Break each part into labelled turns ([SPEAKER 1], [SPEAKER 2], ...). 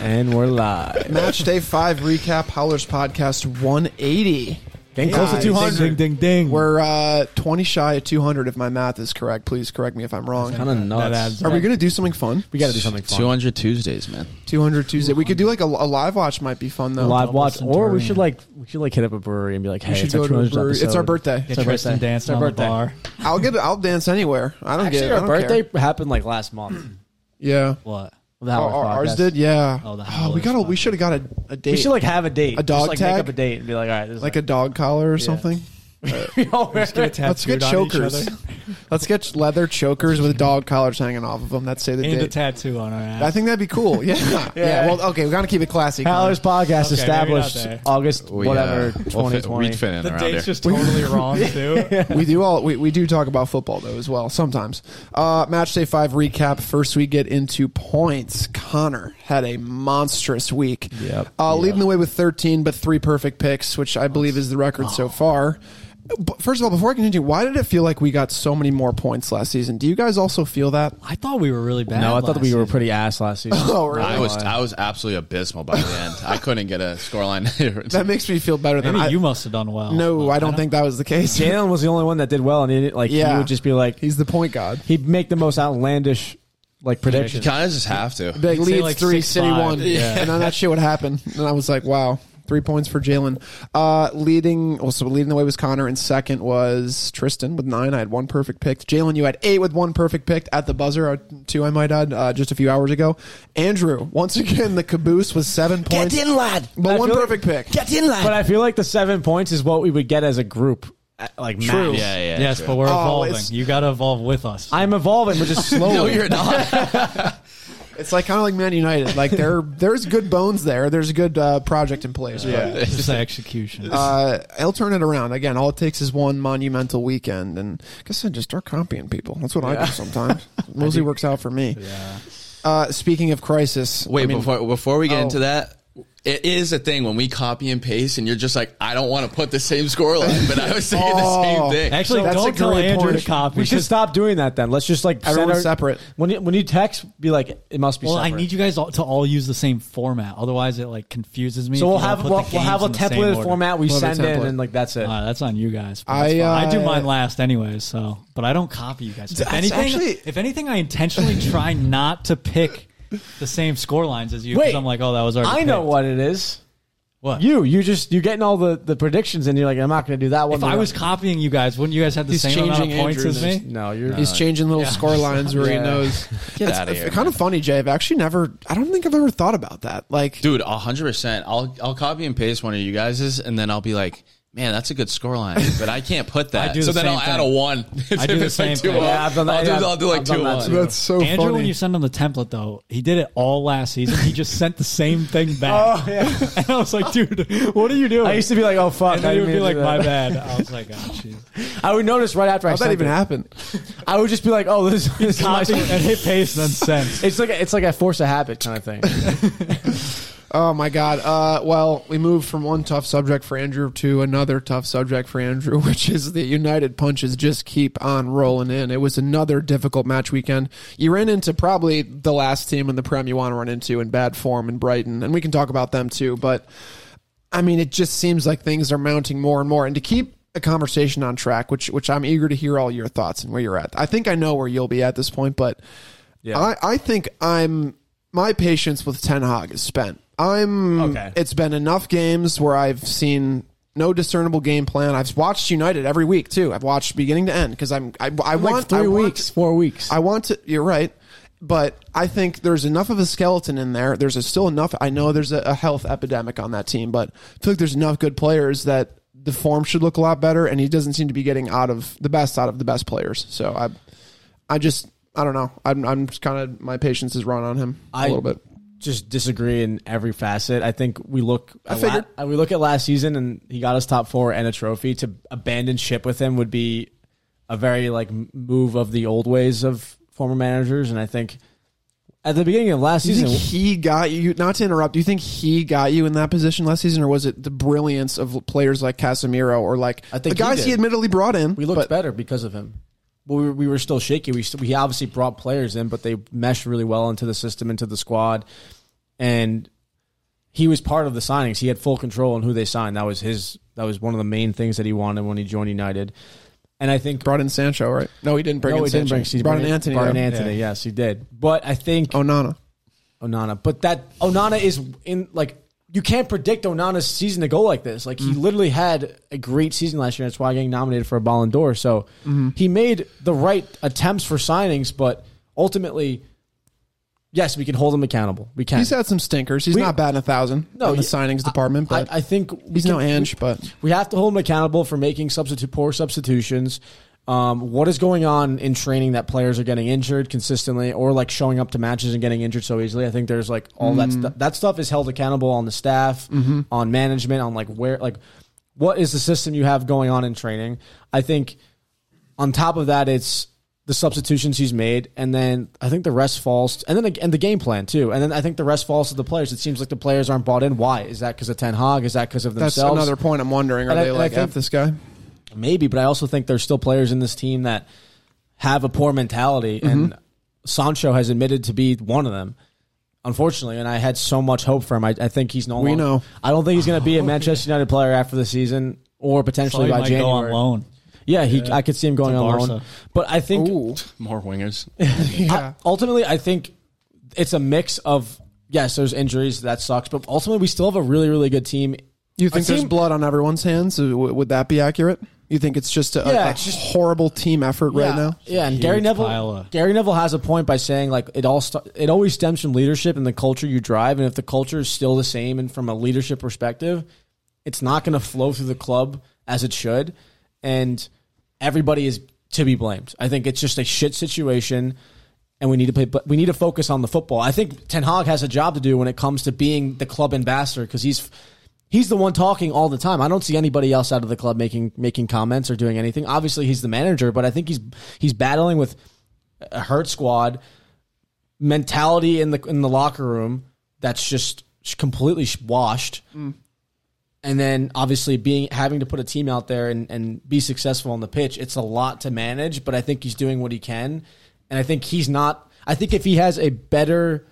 [SPEAKER 1] And we're live.
[SPEAKER 2] Match day five recap Howlers podcast 180.
[SPEAKER 1] Getting close to
[SPEAKER 2] Guys.
[SPEAKER 1] 200.
[SPEAKER 3] Ding, ding, ding.
[SPEAKER 2] We're uh, 20 shy of 200 if my math is correct. Please correct me if I'm wrong.
[SPEAKER 1] Kind of nuts.
[SPEAKER 3] adds
[SPEAKER 2] Are we going to do something fun?
[SPEAKER 1] we got to do something fun.
[SPEAKER 4] 200 Tuesdays, man.
[SPEAKER 2] 200 Tuesday. We could do like a, a live watch might be fun though.
[SPEAKER 1] Live watch, or we
[SPEAKER 3] Centurion.
[SPEAKER 1] should like we should like hit up a brewery and be like, hey,
[SPEAKER 2] We should
[SPEAKER 1] it's our
[SPEAKER 2] go to a
[SPEAKER 1] 200th
[SPEAKER 2] brewery.
[SPEAKER 1] episode.
[SPEAKER 2] It's our birthday.
[SPEAKER 3] Get
[SPEAKER 1] our
[SPEAKER 3] Tristan
[SPEAKER 1] birthday. It's
[SPEAKER 3] dancing
[SPEAKER 1] our
[SPEAKER 3] on the
[SPEAKER 1] birthday.
[SPEAKER 3] bar.
[SPEAKER 2] I'll get I'll dance anywhere. I don't
[SPEAKER 1] Actually,
[SPEAKER 2] get it. I
[SPEAKER 1] our
[SPEAKER 2] don't care.
[SPEAKER 1] birthday happened like last month.
[SPEAKER 2] Yeah.
[SPEAKER 3] What?
[SPEAKER 1] The
[SPEAKER 2] Oh,
[SPEAKER 1] Howard
[SPEAKER 2] our- ours
[SPEAKER 1] podcast.
[SPEAKER 2] did. Yeah.
[SPEAKER 3] Oh, the
[SPEAKER 2] Oh, we
[SPEAKER 3] Howlers
[SPEAKER 2] got to we
[SPEAKER 3] podcast.
[SPEAKER 2] should have got a, a date.
[SPEAKER 1] We should like have a date.
[SPEAKER 2] A dog
[SPEAKER 1] Just, like,
[SPEAKER 2] tag?
[SPEAKER 1] Make up a date and be like, all right, this is
[SPEAKER 2] like a
[SPEAKER 1] like
[SPEAKER 2] dog collar or something.
[SPEAKER 1] we all wear-
[SPEAKER 2] Let's get chokers. Let's get leather chokers with dog collars hanging off of them. Let's say the
[SPEAKER 3] And a
[SPEAKER 2] date.
[SPEAKER 3] tattoo on our ass.
[SPEAKER 2] I think that'd be cool. Yeah. yeah. Well, okay. We got to keep it classy.
[SPEAKER 1] Howler's podcast
[SPEAKER 3] Okay,
[SPEAKER 1] established
[SPEAKER 3] maybe not there.
[SPEAKER 1] August
[SPEAKER 4] We,
[SPEAKER 1] whatever
[SPEAKER 4] uh, we'll fit-
[SPEAKER 1] 2020.
[SPEAKER 4] we'd fit in
[SPEAKER 3] the
[SPEAKER 4] around
[SPEAKER 3] date's
[SPEAKER 4] here.
[SPEAKER 3] just totally wrong, too.
[SPEAKER 2] we do all we, we do talk about football though as well sometimes. Uh, match day five recap. First we get into points. Connor had a monstrous week.
[SPEAKER 1] Yep.
[SPEAKER 2] Uh, Leading the way with 13, but three perfect picks, which I believe is the record so far. But first of all, before I continue, why did it feel like we got so many more points last season? Do you guys also feel that?
[SPEAKER 3] I thought we were really bad.
[SPEAKER 1] no, I thought
[SPEAKER 3] last
[SPEAKER 1] we were
[SPEAKER 3] season.
[SPEAKER 1] pretty ass last season.
[SPEAKER 2] Oh, really?
[SPEAKER 4] I was I was absolutely abysmal by the end. I couldn't get a scoreline.
[SPEAKER 2] that makes me feel better
[SPEAKER 3] Maybe
[SPEAKER 2] than I.
[SPEAKER 3] you must have done well.
[SPEAKER 2] no, I don't think that was the case.
[SPEAKER 1] Jalen was the only one that did well, and he, didn't- like he
[SPEAKER 2] Yeah.
[SPEAKER 1] would just be like,
[SPEAKER 2] He's the point god.
[SPEAKER 1] he'd make the most outlandish like
[SPEAKER 4] you
[SPEAKER 1] predictions.
[SPEAKER 4] kind of just have to.
[SPEAKER 2] Big
[SPEAKER 3] He'd say,
[SPEAKER 2] leads
[SPEAKER 3] like,
[SPEAKER 2] three,
[SPEAKER 3] six,
[SPEAKER 2] City
[SPEAKER 3] five.
[SPEAKER 2] one,
[SPEAKER 3] Yeah.
[SPEAKER 2] and then that shit would happen. And I was like, wow, three points for Jalen. Uh, leading, well, so leading the way was Connor, and second was Tristan with nine. I had one perfect pick. Jalen, you had eight with one perfect pick at the buzzer, or two, I might add, uh, just a few hours ago. Andrew, once again, the caboose was seven points,
[SPEAKER 1] lad.
[SPEAKER 2] but one perfect pick.
[SPEAKER 1] Get in line. But I feel like the seven points is what we would get as a group. uh, Like
[SPEAKER 2] True.
[SPEAKER 1] max.
[SPEAKER 4] Yeah, yeah.
[SPEAKER 3] Yes,
[SPEAKER 4] true.
[SPEAKER 3] but we're
[SPEAKER 1] Oh,
[SPEAKER 3] evolving.
[SPEAKER 2] it's-
[SPEAKER 3] You got to evolve with us.
[SPEAKER 1] I'm evolving, which is slowly.
[SPEAKER 4] no, you're not.
[SPEAKER 2] It's like kind of like Man United. Like there, there's good bones there. There's a good uh, project in place. but-
[SPEAKER 3] It's just the execution.
[SPEAKER 2] uh, he'll turn it around again. All it takes is one monumental weekend, and I guess I just start copying people. That's what I do sometimes. Mostly works out for me.
[SPEAKER 3] yeah.
[SPEAKER 2] Uh, speaking of crisis,
[SPEAKER 4] Wait,
[SPEAKER 2] I mean,
[SPEAKER 4] before before we get
[SPEAKER 2] Oh.
[SPEAKER 4] into that, it is a thing when we copy and paste, and you're just like, I don't want to put the same scoreline, but I was saying
[SPEAKER 2] Oh.
[SPEAKER 4] the same thing.
[SPEAKER 3] Actually,
[SPEAKER 2] that's a
[SPEAKER 3] don't tell
[SPEAKER 2] great
[SPEAKER 3] Andrew
[SPEAKER 2] point.
[SPEAKER 3] to copy.
[SPEAKER 1] Uh, we should
[SPEAKER 3] 'cause-
[SPEAKER 1] stop doing that. Then let's just like send
[SPEAKER 2] Everyone's
[SPEAKER 1] our-
[SPEAKER 2] separate.
[SPEAKER 1] When you, when you text, be like, it must be.
[SPEAKER 3] Well, I
[SPEAKER 1] separate.
[SPEAKER 3] need you guys all, to all use the same format. Otherwise, it like confuses me.
[SPEAKER 1] So we'll
[SPEAKER 3] if you don't
[SPEAKER 1] have
[SPEAKER 3] put
[SPEAKER 1] we'll,
[SPEAKER 3] the
[SPEAKER 1] we'll
[SPEAKER 3] games
[SPEAKER 1] have a
[SPEAKER 3] in the same
[SPEAKER 1] templated
[SPEAKER 3] order.
[SPEAKER 1] format we
[SPEAKER 2] We'll have a
[SPEAKER 1] send in,
[SPEAKER 2] template.
[SPEAKER 1] and like that's it.
[SPEAKER 3] Uh, that's on you guys. but
[SPEAKER 2] I,
[SPEAKER 3] that's fine. I do
[SPEAKER 2] uh,
[SPEAKER 3] mine last anyways, so but I don't copy you guys. If anything,
[SPEAKER 2] actually-
[SPEAKER 3] if anything, I intentionally try not to pick the same score lines as you because
[SPEAKER 1] Wait.
[SPEAKER 3] I'm like, oh, that was already.
[SPEAKER 1] I know
[SPEAKER 3] picked.
[SPEAKER 1] what it is.
[SPEAKER 3] What?
[SPEAKER 1] You you just you're getting all the the predictions, and you're like, I'm not going to do that one.
[SPEAKER 3] If I was copying you guys, wouldn't you guys have the
[SPEAKER 2] He's
[SPEAKER 3] same amount of
[SPEAKER 2] changing
[SPEAKER 3] points as
[SPEAKER 2] Andrew's.
[SPEAKER 3] me?
[SPEAKER 1] no, you're
[SPEAKER 2] he's changing little
[SPEAKER 3] Yeah.
[SPEAKER 2] score lines where he
[SPEAKER 1] Yeah.
[SPEAKER 2] knows.
[SPEAKER 4] Get
[SPEAKER 2] It's-
[SPEAKER 4] out of here,
[SPEAKER 2] It's kind of funny, Jay. I've actually never. I don't think I've ever thought about that. Like,
[SPEAKER 4] dude, hundred percent. I'll I'll copy and paste one of you guys's, and then I'll be like. Man, that's a good scoreline, but I can't put that.
[SPEAKER 3] I do
[SPEAKER 4] so
[SPEAKER 3] the
[SPEAKER 4] then
[SPEAKER 3] same
[SPEAKER 4] I'll add a
[SPEAKER 3] thing.
[SPEAKER 4] one.
[SPEAKER 3] I do
[SPEAKER 4] If
[SPEAKER 3] the
[SPEAKER 4] it's
[SPEAKER 3] same
[SPEAKER 4] like two
[SPEAKER 3] thing.
[SPEAKER 4] ones.
[SPEAKER 1] Yeah, I've done that.
[SPEAKER 4] I'll do,
[SPEAKER 1] Yeah,
[SPEAKER 4] I'll do like
[SPEAKER 1] I've done
[SPEAKER 4] two
[SPEAKER 1] that
[SPEAKER 4] ones.
[SPEAKER 1] too. That's
[SPEAKER 2] so
[SPEAKER 3] Andrew, when you send him the template though, he did it all last season. He just sent the same thing
[SPEAKER 1] Oh,
[SPEAKER 3] back, and I was like, dude, what are you doing?
[SPEAKER 1] I used to be like, oh fuck,
[SPEAKER 3] And then
[SPEAKER 1] I
[SPEAKER 3] he
[SPEAKER 1] didn't
[SPEAKER 3] would
[SPEAKER 1] mean
[SPEAKER 3] be
[SPEAKER 1] to
[SPEAKER 3] like,
[SPEAKER 1] do that.
[SPEAKER 3] my bad. I was like, oh, jeez.
[SPEAKER 1] I would notice right after I
[SPEAKER 2] How'd that
[SPEAKER 1] sent
[SPEAKER 2] even
[SPEAKER 1] it.
[SPEAKER 2] happen?
[SPEAKER 1] I would just be like, oh, this, this is my
[SPEAKER 3] Copy and hit paste, then send.
[SPEAKER 1] It's like it's like I force a habit kind of thing.
[SPEAKER 2] Oh my God. Uh, well, we moved from one tough subject for Andrew to another tough subject for Andrew, which is the United punches just keep on rolling in. It was another difficult match weekend. You ran into probably the last team in the Prem you want to run into in bad form in Brighton, and we can talk about them too. But I mean, it just seems like things are mounting more and more. And to keep a conversation on track, which which I'm eager to hear all your thoughts and where you're at. I think I know where you'll be at this point, but I, I think I'm my patience with Ten Hag is spent. I'm
[SPEAKER 1] Okay.
[SPEAKER 2] it's been enough games where I've seen no discernible game plan. I've watched United every week too. I've watched beginning to end because I'm I, I
[SPEAKER 1] like
[SPEAKER 2] want I
[SPEAKER 1] three
[SPEAKER 2] want-
[SPEAKER 1] weeks, four weeks.
[SPEAKER 2] I want to. You're right, but I think there's enough of a skeleton in there. There's a, still enough. I know there's a, a health epidemic on that team, but I feel like there's enough good players that the form should look a lot better. And he doesn't seem to be getting out of the best out of the best players. So I, I just I don't know. I'm I'm just kind of my patience is run on him a
[SPEAKER 1] I-
[SPEAKER 2] little bit.
[SPEAKER 1] just disagree in every facet. I think we look at la-
[SPEAKER 2] figured.
[SPEAKER 1] we look at last season and he got us top four and a trophy. To abandon ship with him would be a very like m- move of the old ways of former managers. And I think at the beginning of last
[SPEAKER 2] Do you
[SPEAKER 1] season,
[SPEAKER 2] think he got you? Not to interrupt. Do you think he got you in that position last season, or was it the brilliance of players like Casemiro or like
[SPEAKER 1] I think
[SPEAKER 2] the
[SPEAKER 1] he
[SPEAKER 2] guys he,
[SPEAKER 1] did.
[SPEAKER 2] admittedly brought in?
[SPEAKER 1] we looked
[SPEAKER 2] but-
[SPEAKER 1] better because of him. But we were, we were still shaky. We st- we obviously brought players in, but they meshed really well into the system, into the squad, and he was part of the signings. He had full control on who they signed. That was his. That was one of the main things that he wanted when he joined United. And I think
[SPEAKER 2] Brought in Sancho, right? No, he didn't bring
[SPEAKER 1] no,
[SPEAKER 2] in
[SPEAKER 1] he didn't
[SPEAKER 2] Sancho.
[SPEAKER 1] bring. he
[SPEAKER 2] brought
[SPEAKER 1] brought
[SPEAKER 2] in Anthony.
[SPEAKER 1] Brought in
[SPEAKER 2] though. Oh,
[SPEAKER 1] Anthony. Yes, he did. But I think
[SPEAKER 2] Onana.
[SPEAKER 1] Onana. But that Onana is in like you can't predict Onana's season to go like this. Like he
[SPEAKER 2] Mm-hmm.
[SPEAKER 1] literally had a great season last year. That's why getting nominated for a Ballon d'Or. So
[SPEAKER 2] Mm-hmm.
[SPEAKER 1] he made the right attempts for signings, but ultimately, yes, we can hold him accountable. We can.
[SPEAKER 2] He's had some stinkers. He's
[SPEAKER 1] We-
[SPEAKER 2] not bad in a thousand
[SPEAKER 1] No,
[SPEAKER 2] in the
[SPEAKER 1] yeah,
[SPEAKER 2] signings department,
[SPEAKER 1] I,
[SPEAKER 2] but
[SPEAKER 1] I think we
[SPEAKER 2] he's
[SPEAKER 1] can-
[SPEAKER 2] no Ange, but
[SPEAKER 1] We have to hold him accountable for making substitute poor substitutions. Um, what is going on in training that players are getting injured consistently, or like showing up to matches and getting injured so easily? I think there's like all that
[SPEAKER 2] Mm-hmm.
[SPEAKER 1] stuff. That stuff is held accountable on the staff, on management, on like where, like what is the system you have going on in training? I think on top of that, it's the substitutions he's made, and then I think the rest falls, and then and the game plan too, and then I think the rest falls to the players. It seems like the players aren't bought in. Why is that? Because of Ten Hag? Is that because of
[SPEAKER 2] that's
[SPEAKER 1] themselves?
[SPEAKER 2] another point I'm wondering. Are
[SPEAKER 1] And I-
[SPEAKER 2] they
[SPEAKER 1] and I
[SPEAKER 2] like
[SPEAKER 1] think-
[SPEAKER 2] F this guy?
[SPEAKER 1] Maybe, but I also think there's still players in this team that have a poor mentality,
[SPEAKER 2] Mm-hmm.
[SPEAKER 1] and Sancho has admitted to be one of them, unfortunately. And I had so much hope for him. I, I think he's no.
[SPEAKER 2] We
[SPEAKER 1] longer-
[SPEAKER 2] know.
[SPEAKER 1] I don't think he's going to be a Manchester United player after the season, or potentially
[SPEAKER 3] Probably
[SPEAKER 1] by
[SPEAKER 3] might go on
[SPEAKER 1] January.
[SPEAKER 3] loan.
[SPEAKER 1] yeah, he. I could see him going
[SPEAKER 3] To
[SPEAKER 1] on loan.
[SPEAKER 3] Barca.
[SPEAKER 1] But I think
[SPEAKER 2] Ooh,
[SPEAKER 4] More wingers.
[SPEAKER 2] yeah.
[SPEAKER 1] ultimately, I think it's a mix of yes, there's injuries that sucks, but ultimately we still have a really, really good team.
[SPEAKER 2] You think
[SPEAKER 1] A team-
[SPEAKER 2] there's blood on everyone's hands? Uh, w- Would that be accurate? You think it's just a,
[SPEAKER 1] Yeah,
[SPEAKER 2] a
[SPEAKER 1] it's just-
[SPEAKER 2] horrible team effort right
[SPEAKER 1] yeah.
[SPEAKER 2] now?
[SPEAKER 1] Yeah, and Gary
[SPEAKER 3] Huge
[SPEAKER 1] Neville.
[SPEAKER 3] pile of-
[SPEAKER 1] Gary Neville has a point by saying like it all. St- it always stems from leadership and the culture you drive, and if the culture is still the same and from a leadership perspective, it's not going to flow through the club as it should, and everybody is to be blamed. I think it's just a shit situation. And we need to play, but we need to focus on the football. I think Ten Hag has a job to do when it comes to being the club ambassador because he's he's the one talking all the time. I don't see anybody else out of the club making making comments or doing anything. Obviously, he's the manager, but I think he's he's battling with a hurt squad mentality in the in the locker room that's just sh- completely sh- washed. And then obviously being having to put a team out there and, and be successful on the pitch, it's a lot to manage, but I think he's doing what he can. And I think he's not I think if he has a better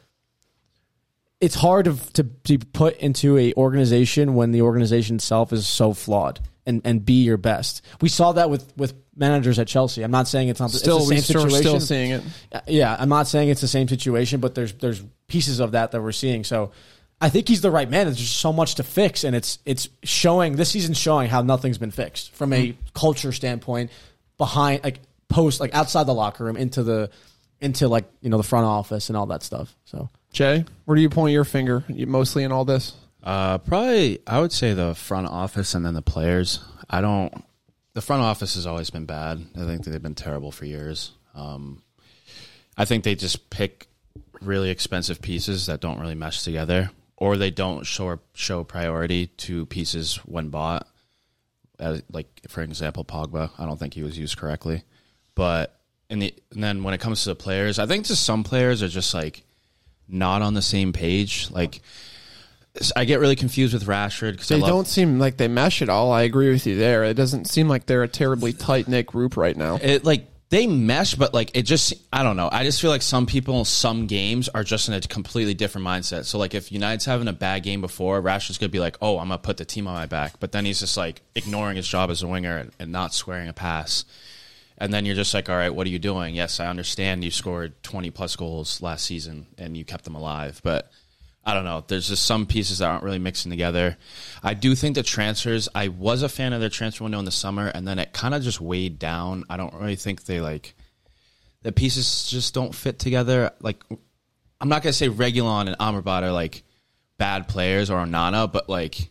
[SPEAKER 1] it's hard to to be put into a organization when the organization itself is so flawed and and be your best. We saw that with with managers at Chelsea. I'm not saying it's not it's
[SPEAKER 2] Still,
[SPEAKER 1] the
[SPEAKER 2] we
[SPEAKER 1] same
[SPEAKER 2] still,
[SPEAKER 1] situation
[SPEAKER 2] still seeing it.
[SPEAKER 1] Uh, yeah, I'm not saying it's the same situation, but there's there's pieces of that that we're seeing. So I think he's the right man. There's just so much to fix, and it's it's showing this season's showing how nothing's been fixed from a culture standpoint, behind like post like outside the locker room into the into like you know the front office and all that stuff. So
[SPEAKER 2] Jay, where do you point your finger? You- mostly in all this.
[SPEAKER 4] Uh, probably, I would say the front office and then the players. I don't. The front office has always been bad. I think that they've been terrible for years. Um, I think they just pick really expensive pieces that don't really mesh together, or they don't show show priority to pieces when bought. As, like for example, Pogba. I don't think he was used correctly, but and, the, and then when it comes to the players, I think just some players are just like not on the same page. Like I get really confused with Rashford because
[SPEAKER 2] They
[SPEAKER 4] I love,
[SPEAKER 2] don't seem like they mesh at all. I agree with you there. It doesn't seem like they're a terribly tight knit group right now.
[SPEAKER 4] it like they mesh, but like it just I don't know. I just feel like some people, some games are just in a completely different mindset. So like if United's having a bad game before, Rashford's gonna be like, "Oh, I'm gonna put the team on my back," but then he's just like ignoring his job as a winger and, and not squaring a pass. And then you're just like, "All right, what are you doing?" Yes, I understand you scored 20 plus goals last season and you kept them alive, but I don't know. There's just some pieces that aren't really mixing together. I do think the transfers, I was a fan of their transfer window in the summer, and then it kind of just weighed down. I don't really think they like the pieces just don't fit together. Like, I'm not going to say Regulon and Amrabat are like bad players or Onana, but like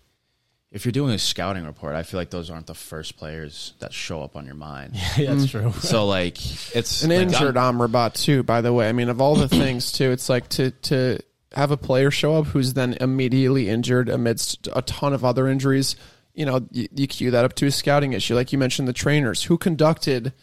[SPEAKER 4] if you're doing a scouting report, I feel like those aren't the first players that show up on your mind.
[SPEAKER 1] yeah, that's true.
[SPEAKER 4] so, like,
[SPEAKER 2] Mm.
[SPEAKER 4] it's
[SPEAKER 2] An
[SPEAKER 4] like,
[SPEAKER 2] injured
[SPEAKER 4] I'm-
[SPEAKER 2] Amrabat too, by the way. I mean, of all the things too, it's like to to have a player show up who's then immediately injured amidst a ton of other injuries. You know, you, you cue that up to a scouting issue, like you mentioned. The trainers who conducted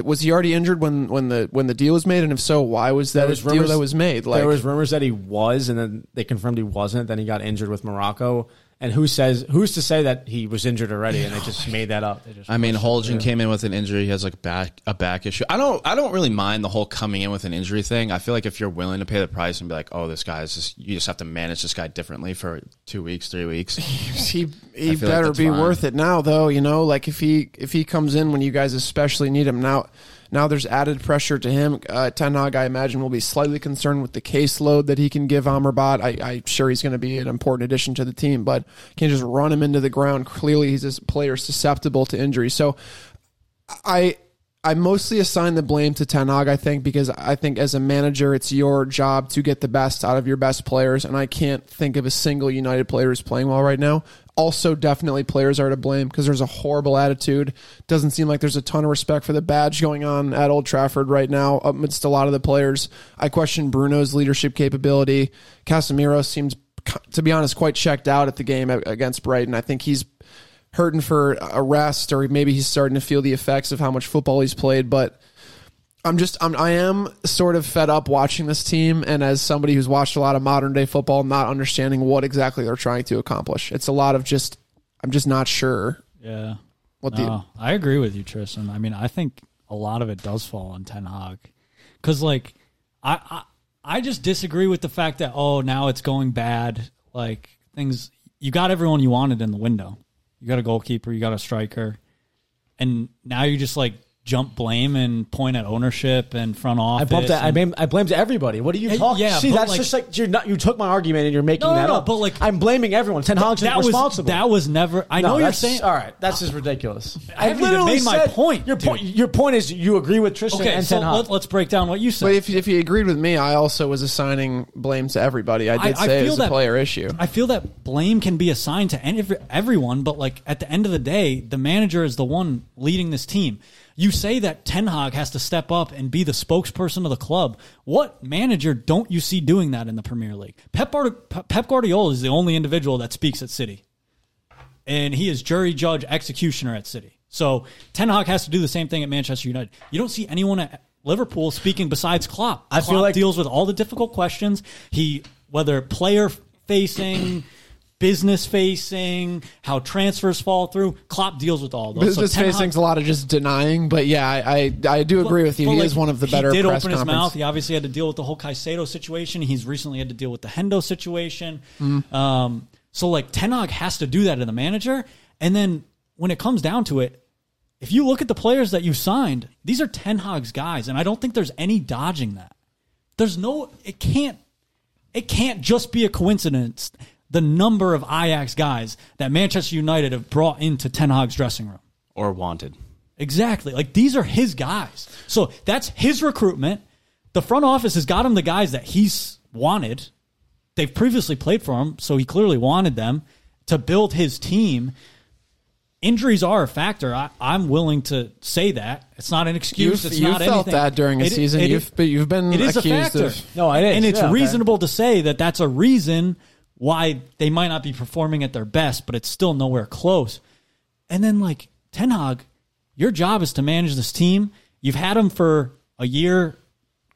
[SPEAKER 2] was he already injured when when the when the deal was made, and if so, why was that a deal that was made? Like
[SPEAKER 1] there was rumors that he was, and then they confirmed he wasn't. Then he got injured with Morocco, And who says who's to say that he was injured already and they just made that up? They just-
[SPEAKER 4] I mean, Holgen came in with an injury. He has like back a back issue. I don't I don't really mind the whole coming in with an injury thing. I feel like if you're willing to pay the price and be like, oh, this guy is just you just have to manage this guy differently for two weeks, three weeks.
[SPEAKER 2] he he
[SPEAKER 4] I feel like
[SPEAKER 2] better
[SPEAKER 4] that's
[SPEAKER 2] be
[SPEAKER 4] fine.
[SPEAKER 2] worth it now though you know like if he if he comes in when you guys especially need him now now there's added pressure to him uh, Ten Hag I imagine will be slightly concerned with the caseload that he can give Amrabat I, I'm sure he's going to be an important addition to the team but can't just run him into the ground clearly he's a player susceptible to injury so I I mostly assign the blame to Ten Hag, I think, because I think as a manager, it's your job to get the best out of your best players, and I can't think of a single United player who's playing well right now. Also, definitely players are to blame because there's a horrible attitude. Doesn't seem like there's a ton of respect for the badge going on at Old Trafford right now amidst a lot of the players. I question Bruno's leadership capability. Casemiro seems, to be honest, quite checked out at the game against Brighton. I think he's hurting for a rest or maybe he's starting to feel the effects of how much football he's played but I'm just I'm, I am sort of fed up watching this team and as somebody who's watched a lot of modern day football not understanding what exactly they're trying to accomplish it's a lot of just I'm just not sure
[SPEAKER 3] Yeah.
[SPEAKER 2] what the
[SPEAKER 3] No, Oh, I agree with you, Tristan. I mean, I think a lot of it does fall on Ten Hag, because like I, I I just disagree with the fact that oh now it's going bad. Like things you got everyone you wanted in the window. You got a goalkeeper, you got a striker, and now you just like jump blame and point at ownership and front
[SPEAKER 1] I
[SPEAKER 3] office.
[SPEAKER 1] bumped that. I
[SPEAKER 3] and-
[SPEAKER 1] blamed, I blamed everybody. What are you
[SPEAKER 3] Hey,
[SPEAKER 1] talking?
[SPEAKER 3] yeah,
[SPEAKER 1] See,
[SPEAKER 3] but
[SPEAKER 1] that's
[SPEAKER 3] like-
[SPEAKER 1] just like you're not. You took my argument and you're making
[SPEAKER 3] No, no,
[SPEAKER 1] that
[SPEAKER 3] no,
[SPEAKER 1] up.
[SPEAKER 3] but like-
[SPEAKER 1] I'm blaming everyone. Ten Hog's
[SPEAKER 3] that was
[SPEAKER 1] responsible.
[SPEAKER 3] that was never. I
[SPEAKER 1] No,
[SPEAKER 3] know you're
[SPEAKER 1] that's-
[SPEAKER 3] saying Uh,
[SPEAKER 1] all right. That's just ridiculous.
[SPEAKER 3] I haven't even made my point,
[SPEAKER 1] Your
[SPEAKER 3] dude.
[SPEAKER 1] point. Your point is you agree with Tristan
[SPEAKER 3] okay.
[SPEAKER 1] and
[SPEAKER 3] So
[SPEAKER 1] Ten Hag.
[SPEAKER 3] let, us break down what you said.
[SPEAKER 2] but if, if you agreed with me I also was assigning blame to everybody I did
[SPEAKER 3] I- I
[SPEAKER 2] say it
[SPEAKER 3] feel
[SPEAKER 2] was a
[SPEAKER 3] that-
[SPEAKER 2] player issue
[SPEAKER 3] I feel that blame can be assigned to any, everyone, but like at the end of the day, the manager is the one leading this team. You say that Ten Hag has to step up and be the spokesperson of the club. What manager don't you see doing that in the Premier League? Pep, Guard- Pep Guardiola is the only individual that speaks at City, and he is jury, judge, executioner at City. So Ten Hag has to do the same thing at Manchester United. You don't see anyone at Liverpool speaking besides Klopp.
[SPEAKER 1] I feel
[SPEAKER 3] Klopp
[SPEAKER 1] like-
[SPEAKER 3] deals with all the difficult questions. He whether player facing, business facing, how transfers fall through. Klopp deals with all those. So
[SPEAKER 2] business
[SPEAKER 3] Ten Hag-
[SPEAKER 2] facing's a lot of just denying but yeah I I, I do agree with you
[SPEAKER 3] but,
[SPEAKER 2] he
[SPEAKER 3] like,
[SPEAKER 2] is one of the better
[SPEAKER 3] He did
[SPEAKER 2] press
[SPEAKER 3] open
[SPEAKER 2] conference.
[SPEAKER 3] his mouth. He obviously had to deal with the whole Caicedo situation. He's recently had to deal with the Hendo situation.
[SPEAKER 2] Mm-hmm.
[SPEAKER 3] Um, so like Tenog has to do that to the manager. And then when it comes down to it, if you look at the players that you signed, these are Ten Hag's guys, and I don't think there's any dodging that. There's no. It can't. It can't just be a coincidence. The number of Ajax guys that Manchester United have brought into Ten Hag's dressing room.
[SPEAKER 4] or wanted.
[SPEAKER 3] Exactly. Like these are his guys. So that's his recruitment. The front office has got him the guys that he's wanted. They've previously played for him, so he clearly wanted them to build his team. Injuries are a factor. I, I'm willing to say that. It's not an excuse.
[SPEAKER 2] You've-
[SPEAKER 3] it's
[SPEAKER 2] you
[SPEAKER 3] not
[SPEAKER 2] felt
[SPEAKER 3] anything.
[SPEAKER 2] that during a
[SPEAKER 3] It-
[SPEAKER 2] season.
[SPEAKER 3] it-
[SPEAKER 2] You've- but you've been
[SPEAKER 3] it is a
[SPEAKER 2] accused
[SPEAKER 3] factor.
[SPEAKER 2] of-
[SPEAKER 1] No, it is.
[SPEAKER 3] And it's
[SPEAKER 1] Yeah, okay.
[SPEAKER 3] reasonable to say that that's a reason why they might not be performing at their best, but it's still nowhere close. And then like Ten Hag, your job is to manage this team. You've had him for a year,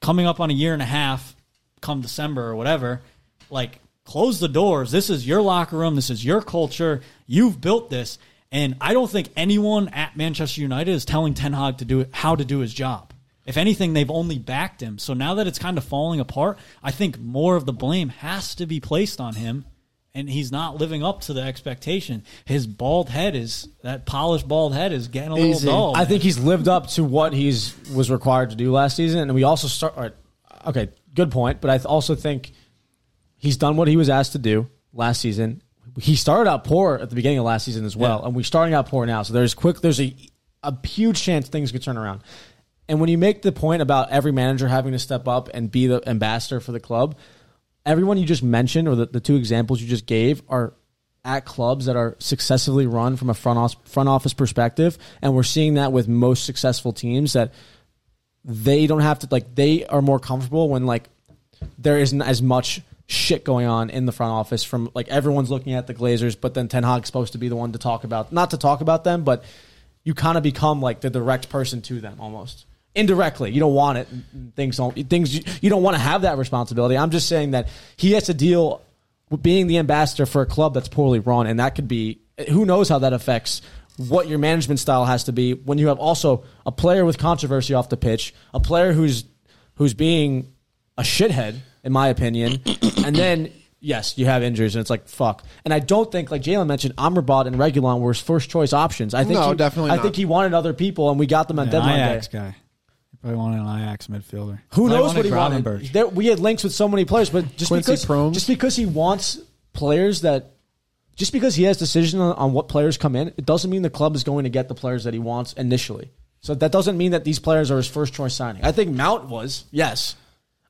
[SPEAKER 3] coming up on a year and a half, come December or whatever. Like close the doors. This is your locker room. This is your culture. You've built this, and I don't think anyone at Manchester United is telling Ten Hag to do it, how to do his job. If anything, they've only backed him. So now that it's kind of falling apart, I think more of the blame has to be placed on him and he's not living up to the expectation. His bald head is that polished bald head is getting a little
[SPEAKER 2] Easy.
[SPEAKER 3] dull.
[SPEAKER 1] I
[SPEAKER 3] man.
[SPEAKER 1] think he's lived up to what he's was required to do last season, and we also start. all right, Okay, good point, but I th- also think he's done what he was asked to do last season. He started out poor at the beginning of last season as well,
[SPEAKER 3] Yeah.
[SPEAKER 1] and we're starting out poor now. So there's quick, there's a a huge chance things could turn around. And when you make the point about every manager having to step up and be the ambassador for the club, everyone you just mentioned or the, the two examples you just gave are at clubs that are successfully run from a front office, front office perspective, and we're seeing that with most successful teams that they don't have to like they are more comfortable when like there isn't as much shit going on in the front office from like everyone's looking at the Glazers, but then Ten Hag's supposed to be the one to talk about, not to talk about them, but you kind of become like the direct person to them almost indirectly. You don't want it. Things don't things you, you don't want to have that responsibility. I'm just saying that he has to deal being the ambassador for a club that's poorly run, and that could be who knows how that affects what your management style has to be when you have also a player with controversy off the pitch, a player who's who's being a shithead, in my opinion, and then yes, you have injuries, and it's like fuck. And I don't think, like Jalen mentioned, Amrabat and Regulon were his first choice options. I think
[SPEAKER 2] No,
[SPEAKER 1] he,
[SPEAKER 2] definitely
[SPEAKER 1] I
[SPEAKER 2] not.
[SPEAKER 1] think he wanted other people, and we got them on
[SPEAKER 3] An
[SPEAKER 1] deadline day.
[SPEAKER 3] Ajax guy. He probably wanted an Ajax midfielder.
[SPEAKER 1] Who
[SPEAKER 3] Probably
[SPEAKER 1] knows what he
[SPEAKER 3] Gravenberch.
[SPEAKER 1] wanted? There, we had links with so many players, but just
[SPEAKER 2] Quincy
[SPEAKER 1] because
[SPEAKER 2] Promes.
[SPEAKER 1] just because he wants players that, just because he has decision on, on what players come in, it doesn't mean the club is going to get the players that he wants initially. So that doesn't mean that these players are his first choice signing. I think Mount was yes.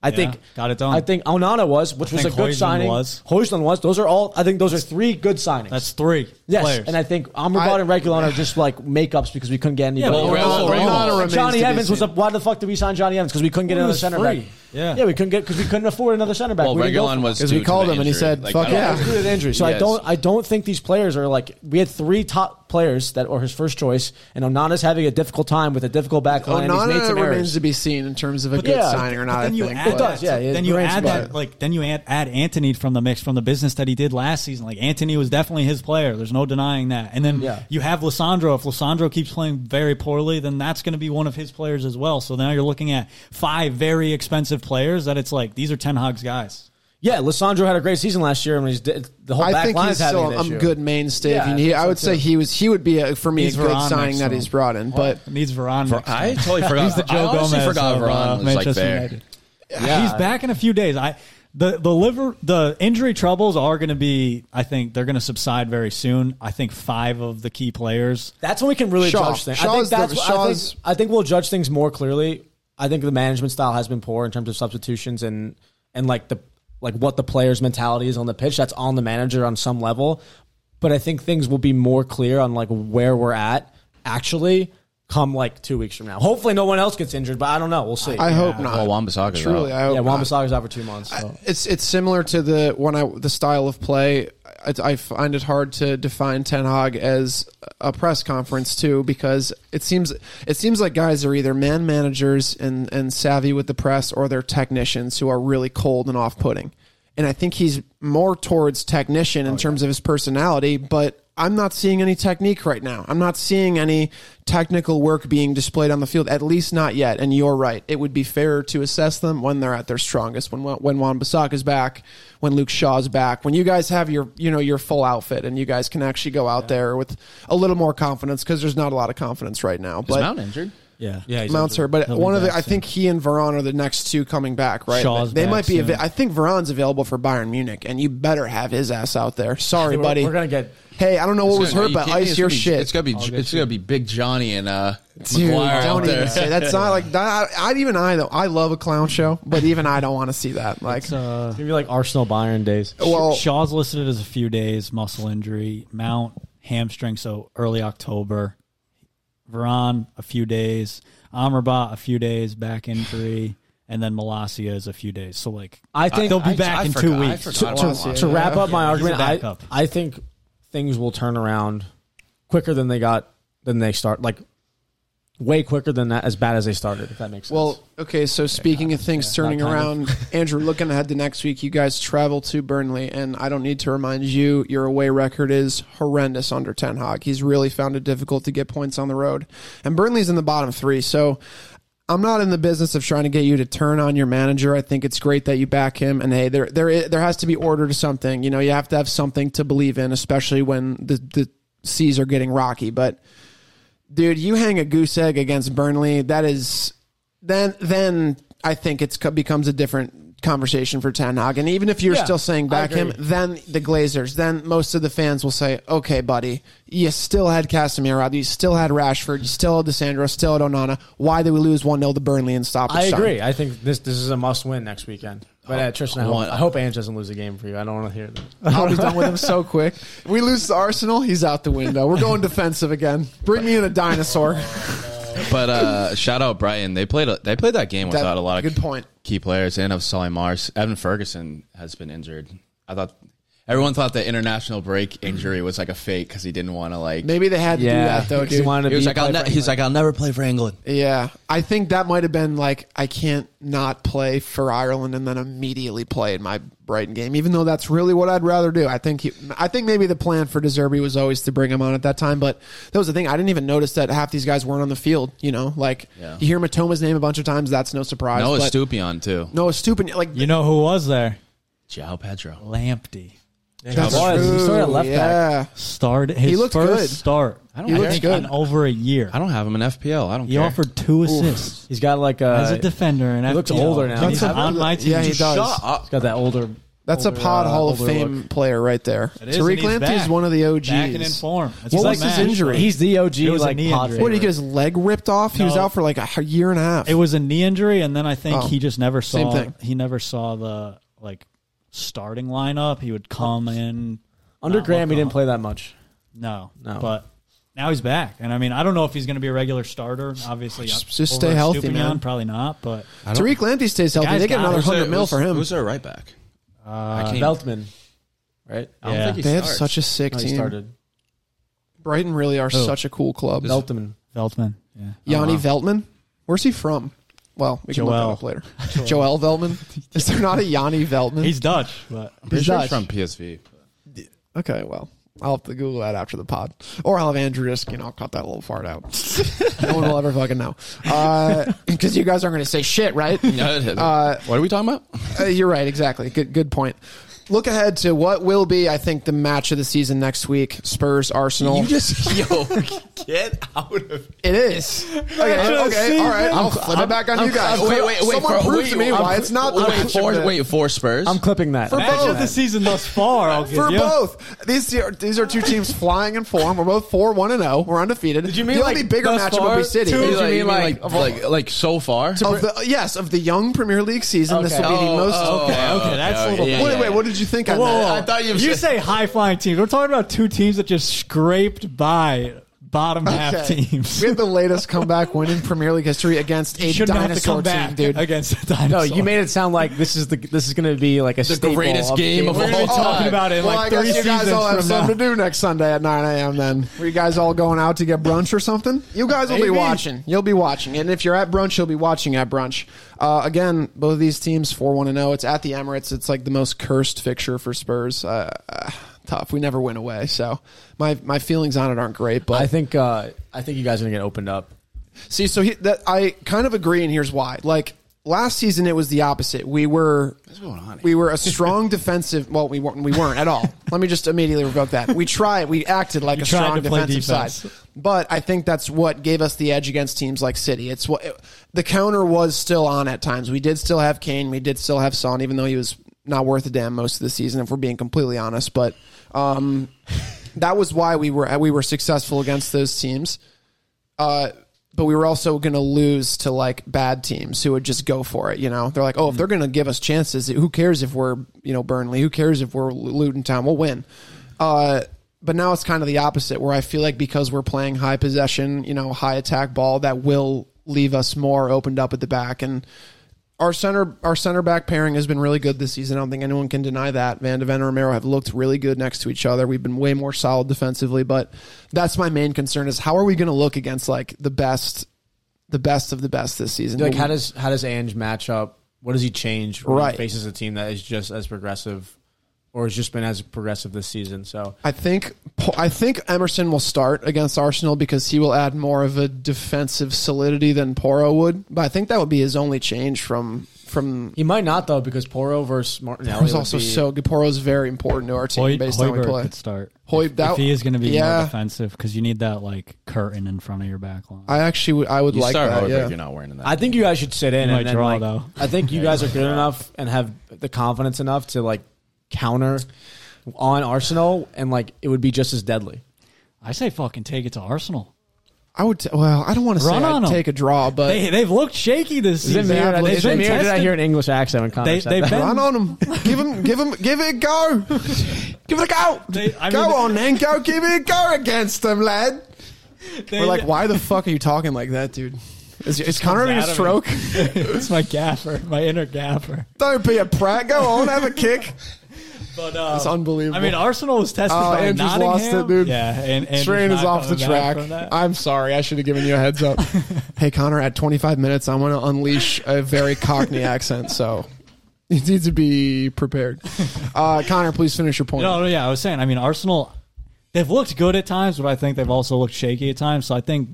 [SPEAKER 1] I think
[SPEAKER 3] got it done.
[SPEAKER 1] I think Onana was, which was a
[SPEAKER 3] think
[SPEAKER 1] good
[SPEAKER 3] Højlund
[SPEAKER 1] signing.
[SPEAKER 3] was.
[SPEAKER 1] Hoisland was. Those are all. I think those are three good signings.
[SPEAKER 3] That's three
[SPEAKER 1] yes,
[SPEAKER 3] players.
[SPEAKER 1] and I think Amrabat
[SPEAKER 2] I-
[SPEAKER 1] and Regulon are just like makeups because we couldn't get anybody.
[SPEAKER 3] well,
[SPEAKER 1] else.
[SPEAKER 2] Ronaldo-
[SPEAKER 4] Raul- Raul-
[SPEAKER 2] Ronaldo remains to
[SPEAKER 1] Johnny
[SPEAKER 2] be
[SPEAKER 1] Evans was
[SPEAKER 2] seen.
[SPEAKER 1] a. Why the fuck did we sign Johnny Evans? Because we couldn't get
[SPEAKER 3] Well, he
[SPEAKER 1] another
[SPEAKER 3] was
[SPEAKER 1] center
[SPEAKER 3] free.
[SPEAKER 1] back.
[SPEAKER 3] Yeah.
[SPEAKER 1] yeah, we couldn't get because we couldn't afford another center back.
[SPEAKER 4] Well,
[SPEAKER 1] We didn't go
[SPEAKER 4] Regulon
[SPEAKER 1] for-
[SPEAKER 4] was
[SPEAKER 2] 'Cause we
[SPEAKER 4] due to
[SPEAKER 2] called
[SPEAKER 4] the
[SPEAKER 2] him and he
[SPEAKER 4] injury.
[SPEAKER 2] said, "Fuck
[SPEAKER 4] I don't-
[SPEAKER 2] yeah."
[SPEAKER 1] it was due to the injury. So I
[SPEAKER 4] Yes.
[SPEAKER 1] don't. I don't think these players are like. We had three top players that were his first choice, and Onana's having a difficult time with a difficult back line. and he's made
[SPEAKER 2] Onana
[SPEAKER 1] some
[SPEAKER 2] remains
[SPEAKER 1] errors.
[SPEAKER 2] to be seen in terms of a good
[SPEAKER 1] yeah, but-
[SPEAKER 2] signing or
[SPEAKER 3] But
[SPEAKER 2] not.
[SPEAKER 3] then
[SPEAKER 2] I
[SPEAKER 3] you
[SPEAKER 2] think,
[SPEAKER 3] add
[SPEAKER 2] but-
[SPEAKER 1] does, yeah, it
[SPEAKER 3] Then you
[SPEAKER 1] brings
[SPEAKER 3] add
[SPEAKER 1] about
[SPEAKER 3] that,
[SPEAKER 1] it.
[SPEAKER 3] like, then you add, add Anthony from the mix from the business that he did last season. Like, Anthony was definitely his player. There's no denying that. And then
[SPEAKER 1] Yeah.
[SPEAKER 3] you have Lissandro. If Lissandro keeps playing very poorly, then that's going to be one of his players as well. So now you're looking at five very expensive players that it's like, these are Ten Hog's guys.
[SPEAKER 1] Yeah, Lissandro had a great season last year, and he's di- the whole
[SPEAKER 2] I
[SPEAKER 1] back
[SPEAKER 2] think
[SPEAKER 1] line
[SPEAKER 2] he's
[SPEAKER 1] is having
[SPEAKER 2] still
[SPEAKER 1] an
[SPEAKER 2] a
[SPEAKER 1] issue.
[SPEAKER 2] good mainstay. if
[SPEAKER 1] Yeah,
[SPEAKER 2] you need, I
[SPEAKER 1] so
[SPEAKER 2] would say
[SPEAKER 1] too.
[SPEAKER 2] he was he would be a, for me
[SPEAKER 3] He's
[SPEAKER 2] a good
[SPEAKER 3] Varane
[SPEAKER 2] signing
[SPEAKER 3] next
[SPEAKER 2] that
[SPEAKER 3] to
[SPEAKER 2] he's
[SPEAKER 3] him.
[SPEAKER 2] brought in. But
[SPEAKER 3] Needs Varane. next
[SPEAKER 4] I
[SPEAKER 3] time.
[SPEAKER 4] totally forgot.
[SPEAKER 3] He's the
[SPEAKER 4] I
[SPEAKER 3] Joe
[SPEAKER 4] honestly
[SPEAKER 3] Gomez
[SPEAKER 4] forgot
[SPEAKER 3] of, uh,
[SPEAKER 4] Varane was like
[SPEAKER 3] Manchester
[SPEAKER 4] there.
[SPEAKER 3] United.
[SPEAKER 1] Yeah.
[SPEAKER 3] He's back in a few days. I the the liver the injury troubles are going to be. I think they're going to subside very soon. I think five of the key players.
[SPEAKER 1] That's when we can really
[SPEAKER 2] Shaw.
[SPEAKER 1] judge things. I think
[SPEAKER 2] Shaw's the-
[SPEAKER 1] that's. what- I,
[SPEAKER 2] Shaw's-
[SPEAKER 1] think, I think we'll judge things more clearly. I think the management style has been poor in terms of substitutions and and like the like what the player's mentality is on the pitch. That's on the manager on some level, but I think things will be more clear on like where we're at actually come like two weeks from now. Hopefully, no one else gets injured, but I don't know. We'll see.
[SPEAKER 2] I hope not.
[SPEAKER 4] Well, Wambasaka's
[SPEAKER 2] Truly,
[SPEAKER 4] out.
[SPEAKER 2] I hope
[SPEAKER 1] yeah,
[SPEAKER 2] not.
[SPEAKER 1] Wambasaka's out for two months. So.
[SPEAKER 2] It's it's similar to the when I the style of play. I, I find it hard to define Ten Hag as a press conference too, because it seems it seems like guys are either man managers and and savvy with the press, or they're technicians who are really cold and off putting. And I think he's more towards technician
[SPEAKER 4] Oh,
[SPEAKER 2] in terms of his personality, but I'm not seeing any technique right now. I'm not seeing any technical work being displayed on the field, at least not yet. And you're right. It would be fairer to assess them when they're at their strongest, when when Juan Basaka's back, when Luke Shaw's back, when you guys have your you know your full outfit and you guys can actually go out there with a little more confidence because there's not a lot of confidence right now.
[SPEAKER 4] Is
[SPEAKER 2] But
[SPEAKER 4] Mount injured?
[SPEAKER 3] Yeah,
[SPEAKER 2] Mounts her, but
[SPEAKER 3] He'll be
[SPEAKER 2] one of the
[SPEAKER 3] back
[SPEAKER 2] I
[SPEAKER 3] soon.
[SPEAKER 2] think he and Varane are the next two coming back, right?
[SPEAKER 3] Shaw's
[SPEAKER 2] they
[SPEAKER 3] back
[SPEAKER 2] might be.
[SPEAKER 3] soon.
[SPEAKER 2] Av- I think Varane's available for Bayern Munich, and you better have his ass out there. Sorry,
[SPEAKER 1] We're-
[SPEAKER 2] buddy.
[SPEAKER 1] we're gonna get-
[SPEAKER 2] Hey, I don't know what was
[SPEAKER 4] Are
[SPEAKER 2] hurt,
[SPEAKER 4] you
[SPEAKER 2] but
[SPEAKER 4] kidding me?
[SPEAKER 2] ice
[SPEAKER 4] It's
[SPEAKER 2] your
[SPEAKER 4] gonna be-
[SPEAKER 2] shit.
[SPEAKER 4] It's gonna be it's gonna be Big Johnny and uh,
[SPEAKER 2] Dude,
[SPEAKER 4] McGuire out
[SPEAKER 2] don't
[SPEAKER 4] there.
[SPEAKER 2] even say that's not like that. I, even I though I love a clown show, but even I don't want to see that. Like,
[SPEAKER 3] Uh,
[SPEAKER 1] Maybe like Arsenal Bayern days.
[SPEAKER 2] well,
[SPEAKER 3] Shaw's listed as a few days muscle injury, Mount hamstring, so early October. Varane a few days, Amrabat a few days back injury, and then Malasia is a few days. So like
[SPEAKER 1] I think-
[SPEAKER 3] they'll be
[SPEAKER 1] I-
[SPEAKER 3] back
[SPEAKER 4] I
[SPEAKER 3] in
[SPEAKER 4] forgot-
[SPEAKER 3] two
[SPEAKER 4] I
[SPEAKER 3] weeks.
[SPEAKER 4] forgot
[SPEAKER 2] To-
[SPEAKER 4] about
[SPEAKER 2] to-
[SPEAKER 1] to
[SPEAKER 4] Lallana.
[SPEAKER 1] wrap up my
[SPEAKER 3] Yeah, he's a
[SPEAKER 1] argument, I,
[SPEAKER 3] backup.
[SPEAKER 1] I think things will turn around quicker than they got than they start. Like way quicker than that, as bad as they started. If that makes sense.
[SPEAKER 2] well, okay. So speaking of things turning
[SPEAKER 3] not kind
[SPEAKER 2] around, Andrew, looking ahead to next week, you guys travel to Burnley, and I don't need to remind you, your away record is horrendous under Ten Hag. He's really found it difficult to get points on the road, and Burnley's in the bottom three. So I'm not in the business of trying to get you to turn on your manager. I think it's great that you back him, and hey, there there i- there has to be order to something. You know, you have to have something to believe in, especially when the the seas are getting rocky. But dude, you hang a goose egg against Burnley, that is then then I think it's co- becomes a different conversation for Ten Hag. And even if you're
[SPEAKER 1] Yeah,
[SPEAKER 2] still saying
[SPEAKER 1] I
[SPEAKER 2] back him,
[SPEAKER 1] agree.
[SPEAKER 2] then the Glazers, then most of the fans will say, "Okay, buddy, you still had Casemiro, out, you still had Rashford, you still had DeSandro, still had Onana. Why did we lose one 0 to Burnley in stoppage
[SPEAKER 1] I
[SPEAKER 2] time?"
[SPEAKER 1] agree. I think this this is a must win next weekend. But uh, Tristan, I hope, I hope Ange doesn't lose a game for you. I don't want to hear that.
[SPEAKER 2] I'll be done with him so quick. We lose to Arsenal, he's out the window. We're going defensive again. Bring me in a dinosaur.
[SPEAKER 4] But uh, shout out Brighton. They played a, they played that game without a lot of
[SPEAKER 2] good point.
[SPEAKER 4] key players and of Solly Mars. Evan Ferguson has been injured. I thought Everyone thought the international break injury was like a fake because he didn't want to like.
[SPEAKER 2] Maybe they had to do
[SPEAKER 1] Yeah,
[SPEAKER 2] that though,
[SPEAKER 1] 'cause he
[SPEAKER 2] dude.
[SPEAKER 1] wanted to
[SPEAKER 4] He was
[SPEAKER 1] be
[SPEAKER 4] like, I'll
[SPEAKER 1] play
[SPEAKER 4] ne-
[SPEAKER 1] for
[SPEAKER 4] he's
[SPEAKER 1] England.
[SPEAKER 4] like, I'll never play for England.
[SPEAKER 2] Yeah, I think that might have been like I can't not play for Ireland and then immediately play in my Brighton game, even though that's really what I'd rather do. I think he, I think maybe the plan for Deserby was always to bring him on at that time, but that was the thing. I didn't even notice that half these guys weren't on the field. You know, like
[SPEAKER 4] Yeah.
[SPEAKER 2] you hear Matoma's name a bunch of times, that's no surprise.
[SPEAKER 4] Noah
[SPEAKER 2] but-
[SPEAKER 4] Stupion too.
[SPEAKER 2] Noah Stupin, like
[SPEAKER 3] You know who was there?
[SPEAKER 4] Ciao Pedro.
[SPEAKER 3] Lamptey.
[SPEAKER 2] that's
[SPEAKER 1] he was. He
[SPEAKER 2] true.
[SPEAKER 1] started at left back.
[SPEAKER 2] yeah.
[SPEAKER 3] Started his
[SPEAKER 2] He looked
[SPEAKER 3] first
[SPEAKER 2] good.
[SPEAKER 3] start. I
[SPEAKER 4] don't He
[SPEAKER 2] looks
[SPEAKER 3] think
[SPEAKER 2] good.
[SPEAKER 3] in over a year.
[SPEAKER 4] I don't have him in FPL. I don't
[SPEAKER 3] He
[SPEAKER 4] care.
[SPEAKER 3] offered two assists
[SPEAKER 1] He's got like uh, a.
[SPEAKER 2] Uh,
[SPEAKER 3] as a defender, and
[SPEAKER 1] he looks
[SPEAKER 3] FPL.
[SPEAKER 1] older now.
[SPEAKER 3] And He's
[SPEAKER 1] That's
[SPEAKER 2] a-
[SPEAKER 3] on my team.
[SPEAKER 2] yeah, he does.
[SPEAKER 4] Shut up.
[SPEAKER 1] He's got that older.
[SPEAKER 2] That's
[SPEAKER 1] older,
[SPEAKER 2] a pod
[SPEAKER 1] uh,
[SPEAKER 2] Hall of
[SPEAKER 1] older
[SPEAKER 2] Fame
[SPEAKER 1] look.
[SPEAKER 2] player right there.
[SPEAKER 3] It is,
[SPEAKER 2] Tariq
[SPEAKER 3] and he's
[SPEAKER 2] Lamptey is
[SPEAKER 3] back.
[SPEAKER 2] one of the OGs.
[SPEAKER 3] Back and in form. That's
[SPEAKER 2] What
[SPEAKER 3] all
[SPEAKER 2] was
[SPEAKER 3] that
[SPEAKER 2] his
[SPEAKER 3] matters.
[SPEAKER 2] injury?
[SPEAKER 1] He's the OG
[SPEAKER 3] It was a
[SPEAKER 1] like
[SPEAKER 3] knee
[SPEAKER 1] pod
[SPEAKER 3] injury.
[SPEAKER 2] What
[SPEAKER 1] favorite.
[SPEAKER 2] did he get his leg ripped off? He was
[SPEAKER 3] No.
[SPEAKER 2] out for like a h- year and a half.
[SPEAKER 3] It was a knee injury, and then I think
[SPEAKER 2] Oh.
[SPEAKER 3] he just never
[SPEAKER 2] Same
[SPEAKER 3] saw.
[SPEAKER 2] thing.
[SPEAKER 3] He never saw the like starting lineup. He would come in.
[SPEAKER 1] Under
[SPEAKER 3] not
[SPEAKER 1] Graham, he
[SPEAKER 3] look
[SPEAKER 1] didn't
[SPEAKER 3] up.
[SPEAKER 1] play that much.
[SPEAKER 3] No,
[SPEAKER 1] No.
[SPEAKER 3] But now he's back, and I mean, I don't know if he's going to be a regular starter. Obviously,
[SPEAKER 2] Just-
[SPEAKER 3] up
[SPEAKER 2] just
[SPEAKER 3] over
[SPEAKER 2] stay healthy,
[SPEAKER 3] Stupiñán,
[SPEAKER 2] man.
[SPEAKER 3] Probably not, but
[SPEAKER 2] Tariq Lamptey stays healthy.
[SPEAKER 3] guy's
[SPEAKER 2] They get
[SPEAKER 3] got
[SPEAKER 2] another
[SPEAKER 3] it.
[SPEAKER 2] hundred mil for him.
[SPEAKER 4] Who's their right back? I
[SPEAKER 3] uh,
[SPEAKER 4] can't-
[SPEAKER 1] Veltman, right?
[SPEAKER 4] I don't
[SPEAKER 3] Yeah.
[SPEAKER 4] think he
[SPEAKER 2] They have
[SPEAKER 4] starts.
[SPEAKER 2] such a sick
[SPEAKER 1] No, he
[SPEAKER 2] team.
[SPEAKER 1] started.
[SPEAKER 2] Brighton really are
[SPEAKER 3] Who?
[SPEAKER 2] such a cool club.
[SPEAKER 1] Veltman.
[SPEAKER 3] Veltman. Yeah,
[SPEAKER 2] Yanni Veltman. Where's he from? Well, we can
[SPEAKER 3] Joel.
[SPEAKER 2] look that up later. Joel Veltman. Is there not a Yanni Veltman?
[SPEAKER 3] he's Dutch, but
[SPEAKER 4] I'm pretty
[SPEAKER 2] he's
[SPEAKER 4] sure he's
[SPEAKER 2] Dutch.
[SPEAKER 4] from PSV.
[SPEAKER 2] okay. Well, I'll have to Google that after the pod, or I'll have Andrew just you know cut that little fart out. no one will ever fucking know because you guys aren't going to say shit, right? Uh,
[SPEAKER 4] what are we talking about?
[SPEAKER 2] Uh, you're right. Exactly. Good. Good point. Look ahead to what will be, I think, the match of the season next week: Spurs Arsenal.
[SPEAKER 4] You just yo, get out of.
[SPEAKER 2] it is. Okay. Okay. All right. I'll flip it back on you guys.
[SPEAKER 4] wait, wait, wait.
[SPEAKER 2] Someone
[SPEAKER 4] for-
[SPEAKER 2] prove
[SPEAKER 4] wait,
[SPEAKER 2] to me
[SPEAKER 4] I'm-
[SPEAKER 2] why it's not. the
[SPEAKER 4] Wait
[SPEAKER 2] match of
[SPEAKER 4] for
[SPEAKER 2] the-
[SPEAKER 4] wait for Spurs.
[SPEAKER 1] I'm clipping that.
[SPEAKER 2] For
[SPEAKER 3] match
[SPEAKER 2] both.
[SPEAKER 3] of the season thus far. I'll give
[SPEAKER 2] For
[SPEAKER 3] you.
[SPEAKER 2] both, these are, these are two teams flying in form. We're both four one and zero. We're undefeated. Did
[SPEAKER 4] you mean
[SPEAKER 2] the
[SPEAKER 4] like
[SPEAKER 2] only bigger
[SPEAKER 4] thus
[SPEAKER 2] matchup
[SPEAKER 4] far?
[SPEAKER 2] will be City?
[SPEAKER 4] Two,
[SPEAKER 2] Of
[SPEAKER 4] you
[SPEAKER 2] the-
[SPEAKER 4] mean like like like,
[SPEAKER 2] oh.
[SPEAKER 4] so far?
[SPEAKER 2] of the, yes, of the young Premier League season, this will be the
[SPEAKER 4] Oh,
[SPEAKER 2] most.
[SPEAKER 3] okay, that's a little-
[SPEAKER 4] yeah,
[SPEAKER 2] wait,
[SPEAKER 4] yeah,
[SPEAKER 2] wait,
[SPEAKER 4] yeah.
[SPEAKER 2] what did you think? on
[SPEAKER 3] Whoa,
[SPEAKER 2] that?
[SPEAKER 3] whoa.
[SPEAKER 4] I thought you
[SPEAKER 3] you
[SPEAKER 4] said-
[SPEAKER 3] say high flying teams. We're talking about two teams that just scraped by bottom half
[SPEAKER 2] Okay.
[SPEAKER 3] teams.
[SPEAKER 2] We had the latest comeback win in Premier League history against a
[SPEAKER 3] Shouldn't have to
[SPEAKER 2] dinosaur
[SPEAKER 3] come
[SPEAKER 2] team,
[SPEAKER 3] back
[SPEAKER 2] dude.
[SPEAKER 3] against the dinosaur.
[SPEAKER 1] No, you made it sound like this is the this is going to be like a
[SPEAKER 4] The
[SPEAKER 1] staple
[SPEAKER 4] greatest game of
[SPEAKER 1] games.
[SPEAKER 4] all
[SPEAKER 3] We're talking
[SPEAKER 4] time.
[SPEAKER 3] about it in
[SPEAKER 2] well,
[SPEAKER 3] like
[SPEAKER 2] I
[SPEAKER 3] three
[SPEAKER 2] guess you guys
[SPEAKER 3] seasons
[SPEAKER 2] all have
[SPEAKER 3] from now.
[SPEAKER 2] something to do next Sunday at 9 a.m. Then were you guys all going out to get brunch or something? You guys will be
[SPEAKER 3] Maybe.
[SPEAKER 2] watching. You'll be watching, and if you're at brunch, you'll be watching at brunch. Uh, again, both of these teams four one and zero. It's at the Emirates. It's like the most cursed fixture for Spurs. Uh, uh, tough. We never win away, so my my feelings on it aren't great. But
[SPEAKER 1] I think uh, I think you guys are going to get opened up.
[SPEAKER 2] See, so he, that I kind of agree, and here's why. Like last season, it was the opposite. We were
[SPEAKER 4] going on here?
[SPEAKER 2] we were a strong defensive. Well, we weren't. We weren't at all. Let me just immediately revoke that. We tried. We acted like a
[SPEAKER 3] tried
[SPEAKER 2] strong
[SPEAKER 3] to play
[SPEAKER 2] defensive
[SPEAKER 3] defense.
[SPEAKER 2] side, but I think that's what gave us the edge against teams like City. It's what the counter was still on at times. We did still have Kane. We did still have Son, even though he was not worth a damn most of the season, if we're being completely honest. But um, that was why we were we were successful against those teams uh, but we were also going to lose to like bad teams who would just go for it. You know, they're like, oh, if they're going to give us chances, who cares if we're you know Burnley? Who cares if we're L- Luton Town? We'll win. Uh, but now it's kind of the opposite, where I feel like because we're playing high possession, you know, high attack ball, that will leave us more opened up at the back and. Our center, our center back pairing has been really good this season. I don't think anyone can deny that. Van de Ven and Romero have looked really good next to each other. We've been way more solid defensively, but that's my main concern: is how are we going to look against like the best, the best of the best this season?
[SPEAKER 1] Like, how does how does Ange match up? What does he change when
[SPEAKER 2] Right.
[SPEAKER 1] he faces a team that is just as progressive, or has just been as progressive this season? So
[SPEAKER 2] I think I think Emerson will start against Arsenal because he will add more of a defensive solidity than Poro would. But I think that would be his only change from from.
[SPEAKER 1] he might not though because Poro versus Martinelli
[SPEAKER 2] Poro's
[SPEAKER 1] would
[SPEAKER 2] also
[SPEAKER 1] be-
[SPEAKER 2] so good. Poro's very important to our team
[SPEAKER 3] Hoy-
[SPEAKER 2] based on how we
[SPEAKER 3] Hoiberg
[SPEAKER 2] play.
[SPEAKER 3] could start.
[SPEAKER 2] Hoy-
[SPEAKER 3] if,
[SPEAKER 2] that-
[SPEAKER 3] if he is going to be
[SPEAKER 2] yeah.
[SPEAKER 3] more defensive, because you need that like curtain in front of your back line.
[SPEAKER 2] I actually would. I would
[SPEAKER 4] You
[SPEAKER 2] like
[SPEAKER 4] start
[SPEAKER 2] that.
[SPEAKER 4] Hoiberg,
[SPEAKER 2] yeah.
[SPEAKER 4] You're not wearing that.
[SPEAKER 1] I think you guys should sit in
[SPEAKER 3] You might
[SPEAKER 1] and then,
[SPEAKER 3] draw,
[SPEAKER 1] like,
[SPEAKER 3] though.
[SPEAKER 1] I think you guys are good enough and have the confidence enough to like counter on Arsenal and like it would be just as deadly.
[SPEAKER 3] I say fucking take it to Arsenal.
[SPEAKER 2] I would. T- well, I don't want to say
[SPEAKER 3] Run on
[SPEAKER 2] I'd
[SPEAKER 3] 'em.
[SPEAKER 2] take a draw, but
[SPEAKER 3] They they've looked shaky this
[SPEAKER 1] Is it
[SPEAKER 3] season.
[SPEAKER 1] me or,
[SPEAKER 3] They've
[SPEAKER 1] is it
[SPEAKER 3] been
[SPEAKER 1] me or did I
[SPEAKER 3] tested.
[SPEAKER 1] hear an English accent when Connor
[SPEAKER 3] They-
[SPEAKER 1] said
[SPEAKER 3] they've
[SPEAKER 1] that?
[SPEAKER 3] been-
[SPEAKER 2] run on them. give him. Give him. Give it a go. give it a go.
[SPEAKER 3] They- I
[SPEAKER 2] go
[SPEAKER 3] mean-
[SPEAKER 2] on then. Go. Give it a go against them, lad.
[SPEAKER 3] They-
[SPEAKER 2] We're like, why the fuck are you talking like that, dude? Is, is Connor having a
[SPEAKER 3] out of
[SPEAKER 2] stroke?
[SPEAKER 3] It's my gaffer, my inner gaffer.
[SPEAKER 2] Don't be a prat. Go on, have a kick.
[SPEAKER 3] But, um,
[SPEAKER 2] It's unbelievable.
[SPEAKER 3] I mean, Arsenal was tested
[SPEAKER 2] Oh,
[SPEAKER 3] by
[SPEAKER 2] Andrew's lost
[SPEAKER 3] Nottingham.
[SPEAKER 2] it, dude.
[SPEAKER 3] Yeah, and Andrew's
[SPEAKER 2] Train is
[SPEAKER 3] not
[SPEAKER 2] off the
[SPEAKER 3] coming back
[SPEAKER 2] track.
[SPEAKER 3] from that.
[SPEAKER 2] I'm sorry. I should have given you a heads up. hey, Connor, at 25 minutes, I'm going to unleash a very Cockney accent. So you need to be prepared. Uh, Connor, please finish your point.
[SPEAKER 3] No, no, yeah, I was saying. I mean, Arsenal, they've looked good at times, but I think they've also looked shaky at times. So I think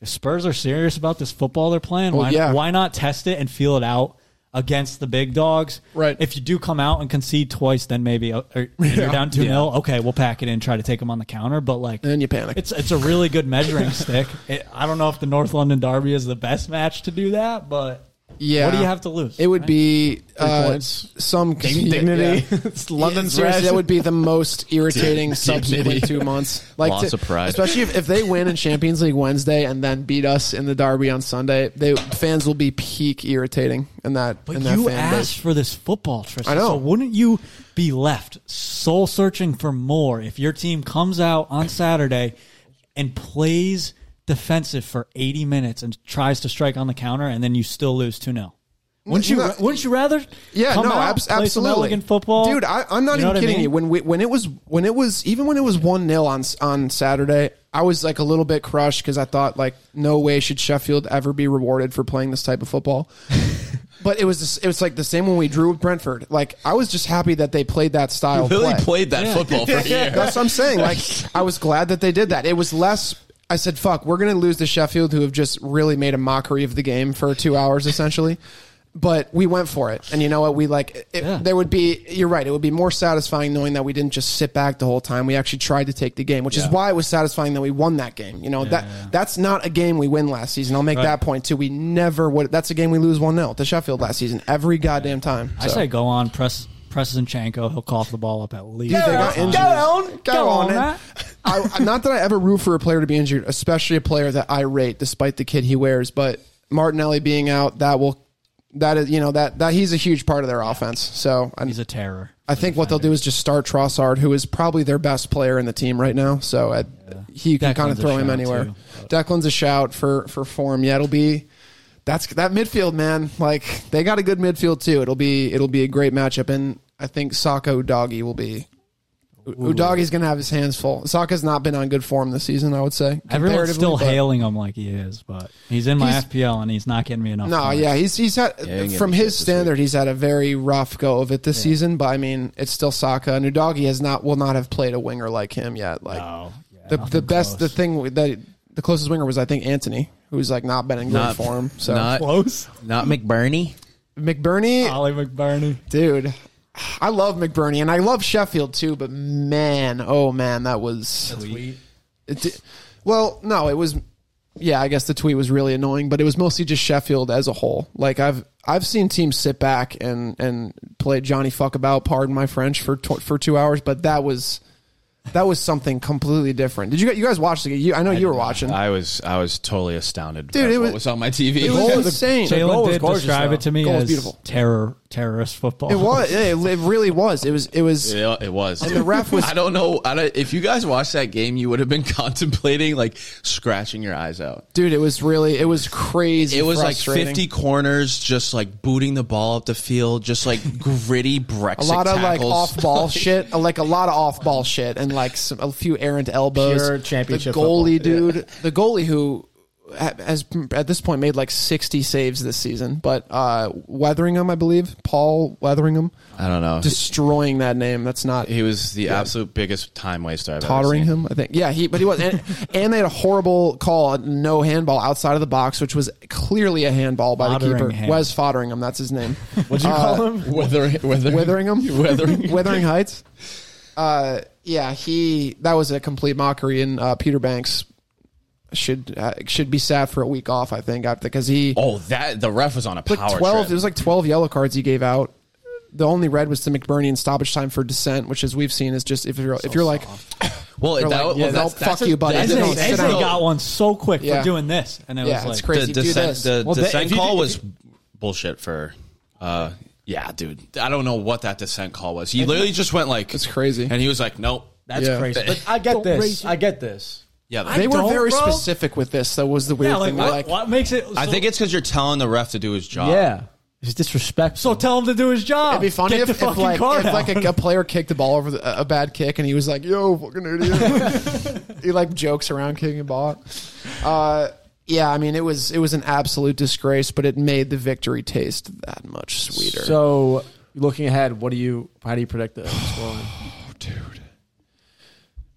[SPEAKER 3] if Spurs are serious about this football they're playing,
[SPEAKER 2] Well,
[SPEAKER 3] why,
[SPEAKER 2] yeah.
[SPEAKER 3] why not test it and feel it out against the big dogs?
[SPEAKER 2] Right.
[SPEAKER 3] If you do come out and concede twice, then maybe uh, or, and you're down 2 0. Okay, we'll pack it in, try to take them on the counter. But like,
[SPEAKER 2] And then you panic.
[SPEAKER 3] it's it's a really good measuring stick. It, I don't know if the North London Derby is the best match to do that, but
[SPEAKER 2] yeah.
[SPEAKER 3] what do you have to lose?
[SPEAKER 2] It would be uh,
[SPEAKER 1] points.
[SPEAKER 2] some
[SPEAKER 1] Dignity.
[SPEAKER 2] Yeah.
[SPEAKER 1] it's London
[SPEAKER 2] Yeah, seriously,
[SPEAKER 1] Press.
[SPEAKER 2] that would be the most irritating subsequent
[SPEAKER 4] Dignity.
[SPEAKER 2] two months. Like
[SPEAKER 4] Loss
[SPEAKER 2] to-
[SPEAKER 4] of pride.
[SPEAKER 2] especially if, if they win in Champions League Wednesday and then beat us in the derby on Sunday. They fans will be peak irritating in that.
[SPEAKER 3] But
[SPEAKER 2] in that
[SPEAKER 3] you
[SPEAKER 2] fan base.
[SPEAKER 3] asked for this football, Tristan.
[SPEAKER 2] I know.
[SPEAKER 3] So wouldn't you be left soul searching for more if your team comes out on Saturday and plays defensive for 80 minutes and tries to strike on the counter and then you still lose 2 0? Wouldn't you,
[SPEAKER 2] No.
[SPEAKER 3] wouldn't you rather?
[SPEAKER 2] Yeah,
[SPEAKER 3] come
[SPEAKER 2] no,
[SPEAKER 3] out,
[SPEAKER 2] abs-
[SPEAKER 3] play some
[SPEAKER 2] absolutely.
[SPEAKER 3] elegant football?
[SPEAKER 2] dude. I, I'm not
[SPEAKER 3] You
[SPEAKER 2] even
[SPEAKER 3] know what I
[SPEAKER 2] kidding
[SPEAKER 3] mean?
[SPEAKER 2] you. When we, when it was when it was even when it was one 0 on on Saturday, I was like a little bit crushed because I thought like no way should Sheffield ever be rewarded for playing this type of football. but it was this, it was like the same when we drew with Brentford. Like I was just happy that they played that style. of
[SPEAKER 4] Really
[SPEAKER 2] play.
[SPEAKER 4] played that football for a year.
[SPEAKER 2] That's what I'm saying. Like, I was glad that they did that. It was less. I said, "Fuck, we're gonna lose to Sheffield, who have just really made a mockery of the game for two hours, essentially." But we went for it, and you know what? We like. It,
[SPEAKER 3] Yeah.
[SPEAKER 2] There would be. You're right. It would be more satisfying knowing that we didn't just sit back the whole time. We actually tried to take the game, which is why it was satisfying that we won that game. You know that that's not a game we win last season. I'll make that point too. We never would. That's a game we lose one 0 to Sheffield last season every goddamn time.
[SPEAKER 3] I
[SPEAKER 2] So.
[SPEAKER 3] say go on, press, press Zinchenko. He'll cough the ball up at least.
[SPEAKER 2] They got
[SPEAKER 3] Um,
[SPEAKER 2] injured.
[SPEAKER 3] Go on, Matt.
[SPEAKER 2] I, not that I ever root for a player to be injured, especially a player that I rate, despite the kid he wears. But Martinelli being out, that will, that is, you know, that that he's a huge part of their offense. So I,
[SPEAKER 3] He's a terror.
[SPEAKER 2] I think what they'll do is just start Trossard, who is probably their best player in the team right now. So I, he you can kind of
[SPEAKER 3] Declan's a
[SPEAKER 2] throw him
[SPEAKER 3] shout,
[SPEAKER 2] anywhere.
[SPEAKER 3] too.
[SPEAKER 2] Declan's a shout for for form. Yeah, it'll be. That's that midfield, man. Like they got a good midfield too. It'll be it'll be a great matchup, and I think Sako Doggy will be Udagi's going to have his hands full. Saka's not been on good form this season, I would say.
[SPEAKER 3] Everyone's still
[SPEAKER 2] comparatively, but-
[SPEAKER 3] hailing him like he is, but he's in my
[SPEAKER 2] He's-
[SPEAKER 3] FPL and he's not getting me enough.
[SPEAKER 2] No,
[SPEAKER 3] points.
[SPEAKER 2] yeah, he's he's had
[SPEAKER 4] he didn't get
[SPEAKER 2] from
[SPEAKER 4] any
[SPEAKER 2] his
[SPEAKER 4] shit this
[SPEAKER 2] standard, he's had a very rough go of it this season. But I mean, it's still Saka. And Udagi has not will not have played a winger like him yet. Like
[SPEAKER 1] Oh,
[SPEAKER 3] No. Yeah,
[SPEAKER 2] the the
[SPEAKER 3] nothing
[SPEAKER 2] best
[SPEAKER 3] close.
[SPEAKER 2] the thing that the closest winger was I think Anthony, who's like not been in good
[SPEAKER 4] Not
[SPEAKER 2] form. So
[SPEAKER 4] not
[SPEAKER 3] Close.
[SPEAKER 4] not McBurney.
[SPEAKER 2] McBurney,
[SPEAKER 3] Ollie McBurney.
[SPEAKER 2] dude, I love McBurney and I love Sheffield too. But man, oh man, that was It di- well, no, it was. Yeah, I guess the tweet was really annoying, but it was mostly just Sheffield as a whole. Like I've I've seen teams sit back and and play Johnny fuck about, pardon my French, for tw- for two hours, but that was that was something completely different. Did you guys- you guys watch the game? You, I know you were watching.
[SPEAKER 4] I was I was totally astounded.
[SPEAKER 2] Dude,
[SPEAKER 4] by
[SPEAKER 2] it was-
[SPEAKER 4] what was on my TV.
[SPEAKER 2] it was insane.
[SPEAKER 1] The goal
[SPEAKER 3] Jalen
[SPEAKER 1] was
[SPEAKER 3] did
[SPEAKER 1] gorgeous,
[SPEAKER 3] describe
[SPEAKER 1] though.
[SPEAKER 3] it to me
[SPEAKER 2] Goal was
[SPEAKER 3] as
[SPEAKER 2] beautiful.
[SPEAKER 3] terror terrorist football.
[SPEAKER 2] It was. It, it really was. It was. It was.
[SPEAKER 4] Yeah, it was.
[SPEAKER 2] And
[SPEAKER 4] dude.
[SPEAKER 2] the ref was-
[SPEAKER 4] I don't know. I don't, if you guys watched that game, you would have been contemplating like scratching your eyes out.
[SPEAKER 2] Dude, it was really. It was crazy.
[SPEAKER 4] It was like
[SPEAKER 2] frustrating.
[SPEAKER 4] 50 corners, just like booting the ball up the field, just like gritty Brexit
[SPEAKER 2] a lot of like
[SPEAKER 4] tackles.
[SPEAKER 2] off ball shit, like a lot of off ball shit, and like some, a few errant elbows.
[SPEAKER 1] Pure championship
[SPEAKER 2] The goalie, dude, the goalie who ha- has at this point made like sixty saves this season, but uh, Weatheringham, I believe, Paul Weatheringham,
[SPEAKER 4] I don't know.
[SPEAKER 2] destroying that name. That's not
[SPEAKER 4] he was the absolute biggest time waster I've
[SPEAKER 2] tottering
[SPEAKER 4] ever seen.
[SPEAKER 2] him. I think, yeah, he, but he was, and, and they had a horrible call, a no handball outside of the box, which was clearly a handball by the keeper.
[SPEAKER 3] Fotheringham.
[SPEAKER 2] Wes Fotheringham, that's his name.
[SPEAKER 1] What'd you call him?
[SPEAKER 4] Whether, whether,
[SPEAKER 2] Witheringham,
[SPEAKER 4] Withering.
[SPEAKER 2] Withering Heights. Uh, yeah, he that was a complete mockery, and uh, Peter Banks should uh, should be sad for a week off. I think because he
[SPEAKER 4] Oh, that the ref was on a power
[SPEAKER 2] like twelve.
[SPEAKER 4] trip.
[SPEAKER 2] It was like twelve yellow cards he gave out. The only red was to McBurney in stoppage time for dissent, which as we've seen is just if you're if you're like
[SPEAKER 4] well, that,
[SPEAKER 2] like, yeah,
[SPEAKER 4] well, that's,
[SPEAKER 2] no,
[SPEAKER 4] that's
[SPEAKER 2] fuck you, buddy.
[SPEAKER 4] that's
[SPEAKER 2] Eze-
[SPEAKER 4] a-
[SPEAKER 2] Don't
[SPEAKER 3] Eze,
[SPEAKER 2] sit
[SPEAKER 3] Eze
[SPEAKER 2] down.
[SPEAKER 3] got one so quick
[SPEAKER 2] Yeah.
[SPEAKER 3] for doing this, and it
[SPEAKER 2] yeah,
[SPEAKER 3] was
[SPEAKER 2] it's
[SPEAKER 3] like
[SPEAKER 2] crazy.
[SPEAKER 4] the descent,
[SPEAKER 2] Do
[SPEAKER 4] the
[SPEAKER 2] this.
[SPEAKER 1] that-
[SPEAKER 4] descent
[SPEAKER 1] if you
[SPEAKER 4] call
[SPEAKER 1] did-
[SPEAKER 4] was bullshit for. Uh, yeah, dude, I don't know what that descent call was. He literally just went like,
[SPEAKER 2] It's crazy.
[SPEAKER 4] and he was like, "Nope,
[SPEAKER 1] That's
[SPEAKER 2] Yeah.
[SPEAKER 1] crazy. But I get
[SPEAKER 3] Don't raise
[SPEAKER 1] this.
[SPEAKER 3] it.
[SPEAKER 1] I get this.
[SPEAKER 4] yeah."
[SPEAKER 2] They were
[SPEAKER 3] don't,
[SPEAKER 2] very
[SPEAKER 3] bro.
[SPEAKER 2] specific with this. That was the weird
[SPEAKER 3] yeah, like,
[SPEAKER 2] thing.
[SPEAKER 3] what,
[SPEAKER 2] Like,
[SPEAKER 3] what makes it? So,
[SPEAKER 4] I think it's because you're telling the ref to do his job.
[SPEAKER 1] Yeah. It's disrespectful.
[SPEAKER 3] So tell him to do his job.
[SPEAKER 2] It'd be funny
[SPEAKER 3] Get
[SPEAKER 2] if,
[SPEAKER 3] the
[SPEAKER 2] if
[SPEAKER 3] fucking
[SPEAKER 2] like,
[SPEAKER 3] card
[SPEAKER 2] if like
[SPEAKER 3] out.
[SPEAKER 2] a, a player kicked the ball over the, a bad kick and he was like, "Yo, fucking idiot!" he like jokes around kicking the ball. Uh, yeah, I mean it was it was an absolute disgrace, but it made the victory taste that much sweeter.
[SPEAKER 1] So looking ahead, what do you? How do you predict the scoreline?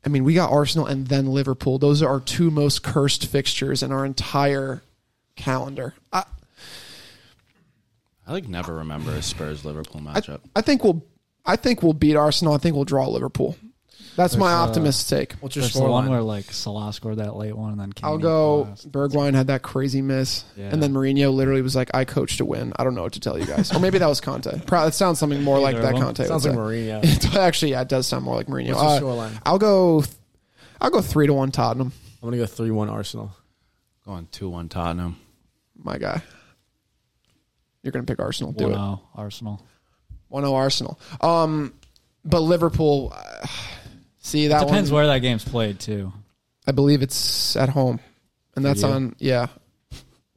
[SPEAKER 2] I mean, we got Arsenal and then Liverpool. Those are our two most cursed fixtures in our entire calendar. I,
[SPEAKER 4] I like never remember a Spurs Liverpool
[SPEAKER 2] I,
[SPEAKER 4] matchup.
[SPEAKER 2] I think we'll I think we'll beat Arsenal. I think we'll draw Liverpool. That's my optimist take.
[SPEAKER 1] What's your
[SPEAKER 3] There's the one
[SPEAKER 1] scoreline?
[SPEAKER 3] where like Salah scored that late one and then Kane
[SPEAKER 2] I'll go.
[SPEAKER 3] equalized.
[SPEAKER 2] Bergwijn had that crazy miss,
[SPEAKER 3] Yeah.
[SPEAKER 2] and then Mourinho literally was like, "I coached to win." I don't know what to tell you guys. or maybe that was Conte. Pro- that sounds something more like
[SPEAKER 3] Either
[SPEAKER 2] that
[SPEAKER 3] one.
[SPEAKER 2] Conte.
[SPEAKER 1] Sounds like
[SPEAKER 2] would
[SPEAKER 1] Mourinho.
[SPEAKER 2] say. Actually, yeah, it does sound more like Mourinho.
[SPEAKER 1] What's the
[SPEAKER 2] Uh,
[SPEAKER 1] scoreline?
[SPEAKER 2] I'll go. th- I'll go three to one Tottenham.
[SPEAKER 1] I'm gonna go three one Arsenal.
[SPEAKER 4] Going two one Tottenham.
[SPEAKER 2] My guy, you're gonna pick Arsenal. Do
[SPEAKER 3] Well,
[SPEAKER 2] it.
[SPEAKER 1] oh.
[SPEAKER 3] no, oh, Arsenal.
[SPEAKER 2] One zero Arsenal. Um, but Liverpool. Uh, see that
[SPEAKER 3] Depends
[SPEAKER 2] one.
[SPEAKER 3] where that game's played too.
[SPEAKER 2] I believe it's at home, and that's
[SPEAKER 1] you.
[SPEAKER 2] on. Yeah,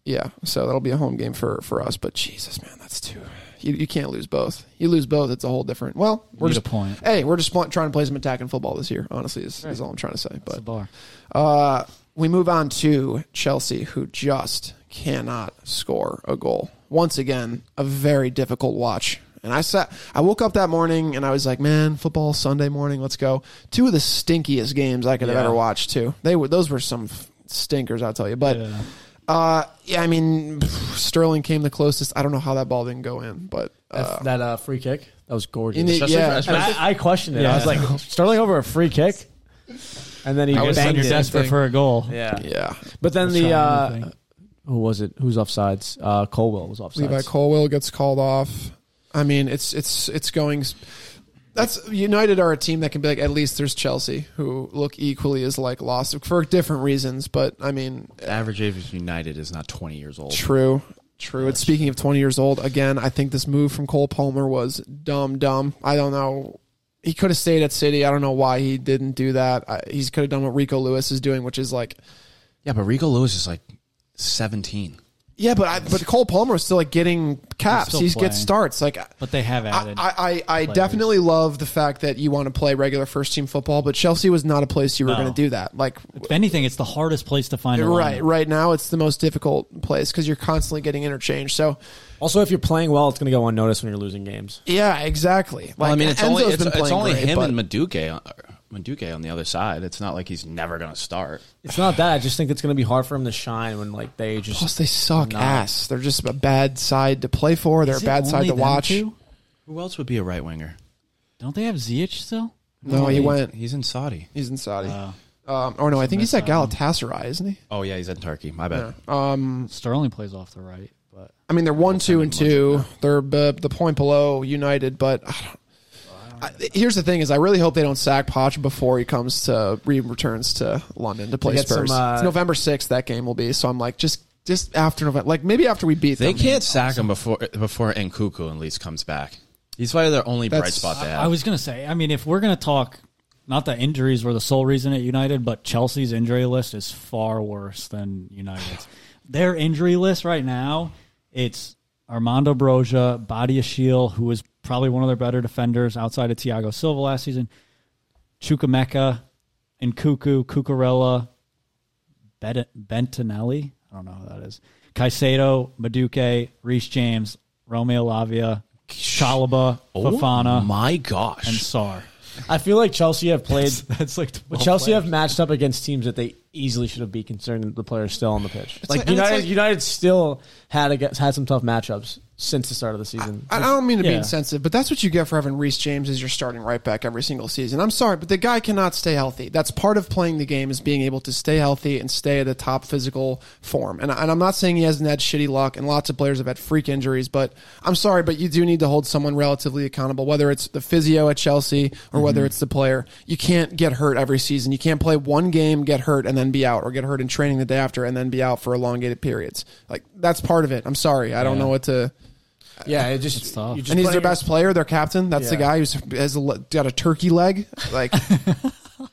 [SPEAKER 2] yeah. So that'll be a home game for for us. But Jesus, man, that's too. You, you can't lose both. You lose both, it's a whole different. Well, we're
[SPEAKER 3] Need
[SPEAKER 2] just
[SPEAKER 3] a point.
[SPEAKER 2] Hey, we're just pl- trying to play some attacking football this year. Honestly, is, is all I'm trying to say.
[SPEAKER 3] It's a
[SPEAKER 2] But
[SPEAKER 3] bar.
[SPEAKER 2] uh, we move on to Chelsea, who just cannot score a goal. Once again, a very difficult watch. And I sat, I woke up that morning and I was like, man, football Sunday morning, let's go. Two of the stinkiest games I could have
[SPEAKER 1] Yeah.
[SPEAKER 2] ever watched. Too, they were those were some f- stinkers, I'll tell you. But
[SPEAKER 3] Yeah.
[SPEAKER 2] uh, yeah, I mean, Sterling came the closest. I don't know how that ball didn't go in, but uh,
[SPEAKER 1] That's that uh, free kick that was gorgeous.
[SPEAKER 2] in the-
[SPEAKER 4] Especially
[SPEAKER 2] yeah,
[SPEAKER 4] for-
[SPEAKER 1] And I, I questioned it. I was
[SPEAKER 3] Yeah.
[SPEAKER 1] like, Sterling over a free kick, and then he
[SPEAKER 3] I guess when
[SPEAKER 1] banged
[SPEAKER 3] you're
[SPEAKER 1] it.
[SPEAKER 3] desperate for a goal.
[SPEAKER 1] Yeah.
[SPEAKER 2] yeah.
[SPEAKER 1] but then
[SPEAKER 3] Trying
[SPEAKER 1] the uh,
[SPEAKER 3] anything.
[SPEAKER 1] who was it? Who's offsides? Uh, Colwell was offsides.
[SPEAKER 2] Levi Colwell gets called off. I mean, it's it's it's going. s- That's United are a team that can be like at least there's Chelsea who look equally as like lost for different reasons, but I mean,
[SPEAKER 4] The average age of United is not twenty years old.
[SPEAKER 2] true, true. And speaking of 20 years old, again, I think this move from Cole Palmer was dumb, dumb. I don't know. He could have stayed at City. I don't know why he didn't do that. I, he could have done what Rico Lewis is doing, which is like
[SPEAKER 4] Yeah, but Rico Lewis is like seventeen.
[SPEAKER 2] yeah, but I, but Cole Palmer was still like getting caps.
[SPEAKER 3] still
[SPEAKER 2] He
[SPEAKER 3] playing.
[SPEAKER 2] gets starts. Like
[SPEAKER 3] But they have added.
[SPEAKER 2] I, I, I definitely love the fact that you want to play regular first team football, but Chelsea was not a place you were
[SPEAKER 3] No.
[SPEAKER 2] going to do that. Like,
[SPEAKER 3] if anything, it's the hardest place to find a
[SPEAKER 2] right,
[SPEAKER 3] lineup.
[SPEAKER 2] right now, it's the most difficult place because you're constantly getting interchanged. So,
[SPEAKER 1] Also, if you're playing well, it's going to go unnoticed when you're losing games.
[SPEAKER 2] yeah, exactly. Like,
[SPEAKER 4] Well, I mean, it's
[SPEAKER 2] Enzo's
[SPEAKER 4] only it's,
[SPEAKER 2] been
[SPEAKER 4] it's
[SPEAKER 2] playing
[SPEAKER 4] only
[SPEAKER 2] great,
[SPEAKER 4] him
[SPEAKER 2] but-
[SPEAKER 4] and Maduke on, Maduke on the other side. It's not like he's never going to start.
[SPEAKER 1] It's not that. I just think it's going to be hard for him to shine when like they just.
[SPEAKER 2] Plus, they suck ass. They're just a bad side to play for. They're
[SPEAKER 3] Is
[SPEAKER 2] a
[SPEAKER 3] it
[SPEAKER 2] bad side
[SPEAKER 3] only
[SPEAKER 2] to
[SPEAKER 3] them
[SPEAKER 2] watch.
[SPEAKER 3] two?
[SPEAKER 4] Who else would be a right winger?
[SPEAKER 3] Don't they have Ziyech still?
[SPEAKER 2] No, he went.
[SPEAKER 4] He's in Saudi.
[SPEAKER 2] He's in Saudi. um, or no, I think he's at Galatasaray, isn't he?
[SPEAKER 4] Oh yeah, he's in Turkey. My bad.
[SPEAKER 3] Sterling plays off the right, but
[SPEAKER 2] I mean, they're one, two, and two. They're uh, the point below United, but I don't. I, here's the thing: is I really hope they don't sack Poch before he comes to re returns to London to play
[SPEAKER 1] get some,
[SPEAKER 2] Spurs.
[SPEAKER 1] uh,
[SPEAKER 2] it's November sixth that game will be, so I'm like just just after November, like maybe after we beat
[SPEAKER 4] They
[SPEAKER 2] them.
[SPEAKER 4] can't sack him before before Nkuku at least comes back. He's probably their only bright
[SPEAKER 2] That's-
[SPEAKER 4] spot they have.
[SPEAKER 3] I was gonna say. I mean, if we're gonna talk, not that injuries were the sole reason at United, but Chelsea's injury list is far worse than United's. Their injury list right now, it's Armando Broja, Badia Shiel, who was probably one of their better defenders outside of Thiago Silva last season, Chukwemeka, and Cuckoo, Cucurella, Bet- Bentinelli. I don't know who that is. Caicedo, Maduke, Reese James, Romeo Lavia, Chalaba, Fafana,
[SPEAKER 4] Oh my
[SPEAKER 3] and
[SPEAKER 4] gosh!
[SPEAKER 3] Sar.
[SPEAKER 1] I feel like Chelsea have played.
[SPEAKER 3] That's like
[SPEAKER 1] But Chelsea have matched up against teams that they easily should have been concerned that the players still on the pitch. Like,
[SPEAKER 2] like- and it's
[SPEAKER 1] United,
[SPEAKER 2] like-
[SPEAKER 1] United still had a, had some tough matchups since the start of the season.
[SPEAKER 2] I I don't mean to be
[SPEAKER 3] Yeah.
[SPEAKER 2] insensitive, but that's what you get for having Reese James as your starting right back every single season. I'm sorry, but the guy cannot stay healthy. That's part of playing the game is being able to stay healthy and stay at a top physical form. And, and I'm not saying he hasn't had shitty luck, and lots of players have had freak injuries, but I'm sorry, but you do need to hold someone relatively accountable, whether it's the physio at Chelsea or whether it's the player. You can't get hurt every season. You can't play one game, get hurt, and then be out, or get hurt in training the day after and then be out for elongated periods. Like, that's part of it. I'm sorry. I don't know what to
[SPEAKER 1] yeah, it just,
[SPEAKER 3] tough.
[SPEAKER 1] you just
[SPEAKER 2] and he's their
[SPEAKER 1] playing-
[SPEAKER 2] best player, their captain. That's the
[SPEAKER 1] Yeah.
[SPEAKER 2] guy who's has a, le- got a turkey leg. Like,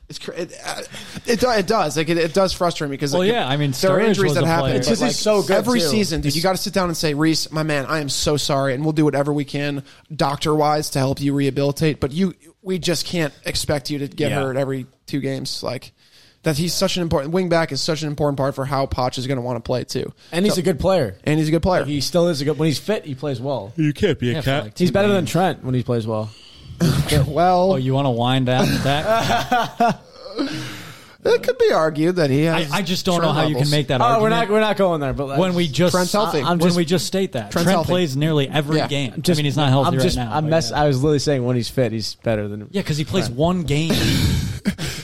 [SPEAKER 2] it's cra- it, I, It, do- it does. Like it, it does frustrate me because
[SPEAKER 3] Well,
[SPEAKER 2] like,
[SPEAKER 3] yeah, I mean,
[SPEAKER 2] there are
[SPEAKER 3] Sturridge
[SPEAKER 2] injuries
[SPEAKER 3] was
[SPEAKER 2] that
[SPEAKER 3] a
[SPEAKER 2] happen.
[SPEAKER 3] player.
[SPEAKER 2] but,
[SPEAKER 1] Because he's
[SPEAKER 2] like,
[SPEAKER 1] so good,
[SPEAKER 2] every
[SPEAKER 1] too.
[SPEAKER 2] season, dude. You got to sit down and say, Reese, my man, I am so sorry, and we'll do whatever we can, doctor wise, to help you rehabilitate. But you, we just can't expect you to get
[SPEAKER 1] Yeah.
[SPEAKER 2] hurt every two games. Like that, he's such an important wing back is such an important part for how Poch is going to want to play too.
[SPEAKER 1] and he's a good player.
[SPEAKER 2] And he's a good player.
[SPEAKER 1] He still is a good when he's fit. He plays well.
[SPEAKER 5] You can't be a
[SPEAKER 3] Yeah, for
[SPEAKER 5] cat.
[SPEAKER 3] like two
[SPEAKER 1] He's better than
[SPEAKER 3] games.
[SPEAKER 1] Trent when he plays well.
[SPEAKER 2] well,
[SPEAKER 3] Oh, you want to wind down with that?
[SPEAKER 2] it could be argued that he.
[SPEAKER 3] I,
[SPEAKER 2] Has
[SPEAKER 3] I just don't
[SPEAKER 2] Trent
[SPEAKER 3] know how you can
[SPEAKER 2] levels.
[SPEAKER 3] make that
[SPEAKER 1] Oh,
[SPEAKER 3] argument.
[SPEAKER 1] we're not we're not going there. But like,
[SPEAKER 3] when we just
[SPEAKER 2] Trent's healthy.
[SPEAKER 3] I- I'm
[SPEAKER 1] When
[SPEAKER 3] just,
[SPEAKER 1] we
[SPEAKER 3] we just state that
[SPEAKER 2] Trent
[SPEAKER 3] Trent
[SPEAKER 2] healthy.
[SPEAKER 3] plays nearly every
[SPEAKER 2] Yeah.
[SPEAKER 3] game.
[SPEAKER 1] just-
[SPEAKER 3] I mean, he's not healthy
[SPEAKER 1] I'm
[SPEAKER 3] right
[SPEAKER 1] just,
[SPEAKER 3] now.
[SPEAKER 1] I'm
[SPEAKER 3] but uh,
[SPEAKER 1] mess.
[SPEAKER 3] yeah.
[SPEAKER 1] I was literally saying when he's fit, he's better than.
[SPEAKER 3] yeah, because he plays one game.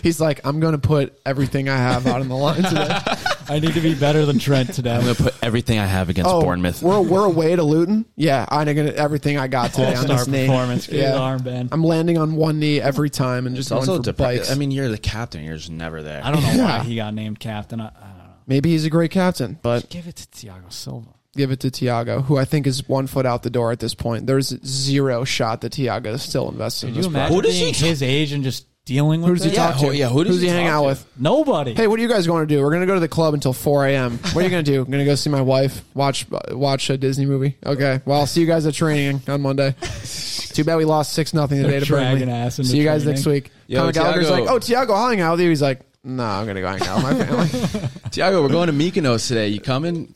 [SPEAKER 2] He's like, I'm going to put everything I have out on the line today.
[SPEAKER 3] I need to be better than Trent today.
[SPEAKER 4] I'm going to put everything I have against Bournemouth.
[SPEAKER 2] Oh, We're we're away to Luton. Yeah, I'm gonna everything I got today on
[SPEAKER 3] All-star
[SPEAKER 2] this knee.
[SPEAKER 3] performance. Give me the armband.
[SPEAKER 2] I'm landing on one knee every time and just
[SPEAKER 4] It's
[SPEAKER 2] going
[SPEAKER 4] also
[SPEAKER 2] for
[SPEAKER 4] depressing.
[SPEAKER 2] bikes.
[SPEAKER 4] I mean, you're the captain. You're just never there.
[SPEAKER 3] I don't know
[SPEAKER 2] Yeah.
[SPEAKER 3] why he got named captain. I, I don't know.
[SPEAKER 2] maybe he's a great captain, but
[SPEAKER 3] Give it to Thiago Silva.
[SPEAKER 2] give it to Tiago, who I think is one foot out the door at this point. There's zero shot that Tiago is still invested in
[SPEAKER 3] Could
[SPEAKER 2] this
[SPEAKER 3] you imagine
[SPEAKER 4] Who does he
[SPEAKER 3] being
[SPEAKER 4] ta-
[SPEAKER 3] his age and just dealing with
[SPEAKER 2] Who does he
[SPEAKER 3] it?
[SPEAKER 2] talk
[SPEAKER 4] who-
[SPEAKER 2] to?
[SPEAKER 4] yeah, who does
[SPEAKER 2] Who's
[SPEAKER 4] he
[SPEAKER 2] he hang
[SPEAKER 4] talk
[SPEAKER 2] out
[SPEAKER 4] to?
[SPEAKER 2] with?
[SPEAKER 3] Nobody.
[SPEAKER 2] Hey, what are you guys going to do? We're going to go to the club until 4 a.m. What are you going to do? I'm going to go see my wife, watch watch a Disney movie. Okay. Well, I'll see you guys at training on Monday. Too bad we lost 6 nothing today
[SPEAKER 3] They're
[SPEAKER 2] to Burnley.
[SPEAKER 3] dragging ass into
[SPEAKER 2] see you guys
[SPEAKER 3] training.
[SPEAKER 2] next week.
[SPEAKER 4] Yo,
[SPEAKER 2] Conor Gallagher's
[SPEAKER 4] Thiago.
[SPEAKER 2] like, oh, Tiago, I'll hang out with you. He's like, no, I'm going to go hang out with my family.
[SPEAKER 4] Tiago, we're going to Mykonos today. You coming?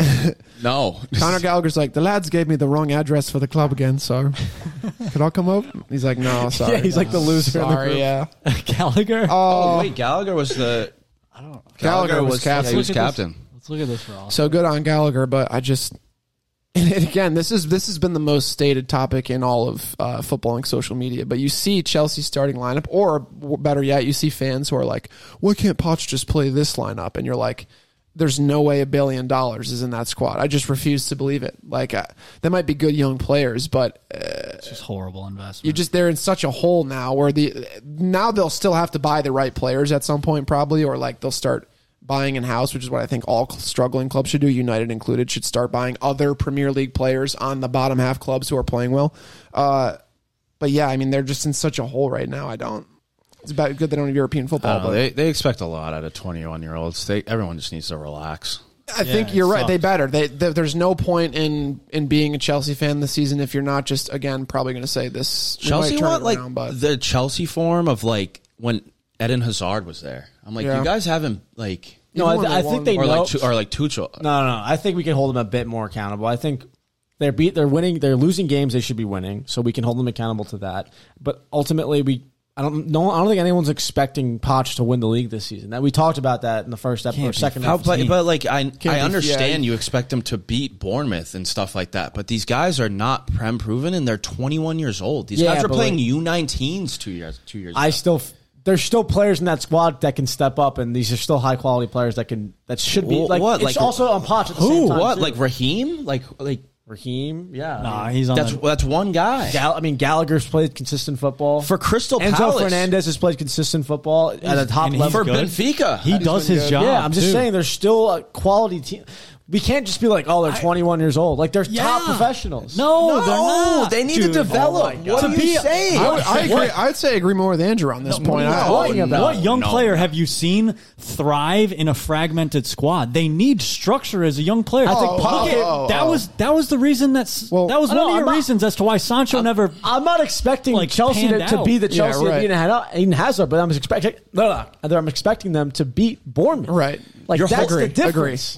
[SPEAKER 4] no.
[SPEAKER 2] Conor Gallagher's like, the lads gave me the wrong address for the club again, so could I come up? He's like, no, sorry.
[SPEAKER 1] Yeah, he's like the loser in the
[SPEAKER 2] Sorry,
[SPEAKER 1] group.
[SPEAKER 2] yeah.
[SPEAKER 3] Gallagher.
[SPEAKER 2] uh,
[SPEAKER 4] Oh, wait, Gallagher was the
[SPEAKER 2] Gallagher was
[SPEAKER 4] yeah, he
[SPEAKER 2] captain.
[SPEAKER 4] was captain.
[SPEAKER 3] Let's look at this for all.
[SPEAKER 2] So good on Gallagher, but I just and again, this is this has been the most stated topic in all of uh, football and social media. But you see Chelsea's starting lineup, or w- better yet, you see fans who are like, "Why can't Poch just play this lineup?" And you're like, "There's no way a billion dollars is in that squad." I just refuse to believe it. Like, uh, they might be good young players, but
[SPEAKER 3] It's just horrible investment.
[SPEAKER 2] you just they're in such a hole now where the now they'll still have to buy the right players at some point probably or like they'll start buying in house which is what I think all struggling clubs should do United included should start buying other Premier League players on the bottom half clubs who are playing well uh but yeah I mean they're just in such a hole right now I don't it's about good they don't have European
[SPEAKER 4] I
[SPEAKER 2] football
[SPEAKER 4] don't know.
[SPEAKER 2] but
[SPEAKER 4] Oh, They, they expect a lot out of 21 year olds. They Everyone just needs to relax.
[SPEAKER 2] I think
[SPEAKER 3] it
[SPEAKER 2] you're right
[SPEAKER 3] sucked.
[SPEAKER 2] they better they, there- there's no point in in being a Chelsea fan this season if you're not just again probably going to say this we might
[SPEAKER 4] Chelsea
[SPEAKER 2] turn
[SPEAKER 4] want
[SPEAKER 2] it
[SPEAKER 4] like
[SPEAKER 2] around, but
[SPEAKER 4] the Chelsea form of like when Eden Hazard was there. I'm like,
[SPEAKER 2] Yeah.
[SPEAKER 4] you guys haven't like
[SPEAKER 1] No, I,
[SPEAKER 2] Even when
[SPEAKER 1] I
[SPEAKER 2] they
[SPEAKER 1] think they
[SPEAKER 4] or
[SPEAKER 1] know.
[SPEAKER 4] like Tu- or like Tuchel.
[SPEAKER 1] No, no, no. I think we can hold them a bit more accountable. I think they're beat. They're winning. They're losing games. They should be winning. So we can hold them accountable to that. But ultimately, we. I don't. No. I don't think anyone's expecting Poch to win the league this season. That we talked about that in the first episode, or
[SPEAKER 3] be
[SPEAKER 1] second.
[SPEAKER 4] How,
[SPEAKER 1] episode.
[SPEAKER 4] but, but like I I
[SPEAKER 2] be-
[SPEAKER 4] understand
[SPEAKER 2] yeah.
[SPEAKER 4] you expect them to beat Bournemouth and stuff like that, but these guys are not prem proven and they're 21 years old. These
[SPEAKER 1] Yeah,
[SPEAKER 4] guys are
[SPEAKER 1] but,
[SPEAKER 4] playing
[SPEAKER 1] like-
[SPEAKER 4] U19s two years two years.
[SPEAKER 1] I
[SPEAKER 4] ago.
[SPEAKER 1] still. f- There's still players in that squad that can step up, and these are still high quality players that can that should be
[SPEAKER 4] Wh-
[SPEAKER 1] like.
[SPEAKER 4] what?
[SPEAKER 1] It's
[SPEAKER 4] Like-
[SPEAKER 1] also on Poch at the
[SPEAKER 4] who
[SPEAKER 1] same time.
[SPEAKER 4] what
[SPEAKER 1] too.
[SPEAKER 4] like Raheem like like
[SPEAKER 1] Raheem? Yeah.
[SPEAKER 3] nah, he's on.
[SPEAKER 4] that's
[SPEAKER 3] the-
[SPEAKER 4] that's one guy
[SPEAKER 1] Gal- I mean, Gallagher's played consistent football
[SPEAKER 4] for Crystal
[SPEAKER 1] Enzo
[SPEAKER 4] Palace.
[SPEAKER 1] Fernandez has played consistent football at a top
[SPEAKER 3] and he's
[SPEAKER 1] level.
[SPEAKER 4] for
[SPEAKER 3] good.
[SPEAKER 4] Benfica.
[SPEAKER 3] he does his job.
[SPEAKER 1] yeah, I'm just
[SPEAKER 3] too.
[SPEAKER 1] saying there's still a quality team. We can't just be like, oh, they're 21 years old. Like they're
[SPEAKER 3] Yeah.
[SPEAKER 1] top professionals.
[SPEAKER 3] No,
[SPEAKER 4] no,
[SPEAKER 3] they're not.
[SPEAKER 4] they need
[SPEAKER 3] dude.
[SPEAKER 4] to develop.
[SPEAKER 1] my God.
[SPEAKER 4] what
[SPEAKER 1] To
[SPEAKER 4] are
[SPEAKER 3] be
[SPEAKER 4] you
[SPEAKER 3] a-
[SPEAKER 4] saying?
[SPEAKER 2] I, would, I agree. I'd say I agree more with Andrew on this point. I-
[SPEAKER 1] no.
[SPEAKER 2] I,
[SPEAKER 1] talking about?
[SPEAKER 3] What young
[SPEAKER 4] No,
[SPEAKER 3] player
[SPEAKER 4] no.
[SPEAKER 3] have you seen thrive in a fragmented squad? They need structure as a young player. I
[SPEAKER 2] think Paul- oh,
[SPEAKER 3] that
[SPEAKER 2] oh.
[SPEAKER 3] was that was the reason that's
[SPEAKER 2] Well-
[SPEAKER 3] that was
[SPEAKER 1] I
[SPEAKER 3] one
[SPEAKER 1] know,
[SPEAKER 3] of your
[SPEAKER 1] I'm not-
[SPEAKER 3] reasons as to why Sancho never.
[SPEAKER 1] I'm not expecting
[SPEAKER 3] Like,
[SPEAKER 1] Chelsea to,
[SPEAKER 3] panned
[SPEAKER 1] to
[SPEAKER 3] out.
[SPEAKER 1] be the
[SPEAKER 2] Yeah,
[SPEAKER 1] Chelsea
[SPEAKER 2] right.
[SPEAKER 1] that Eden, had, Eden Hazard, but I'm expecting no, no, no. I'm expecting them to beat Bournemouth.
[SPEAKER 2] Right.
[SPEAKER 1] Like
[SPEAKER 2] You're-
[SPEAKER 1] that's
[SPEAKER 2] agree,
[SPEAKER 1] the difference.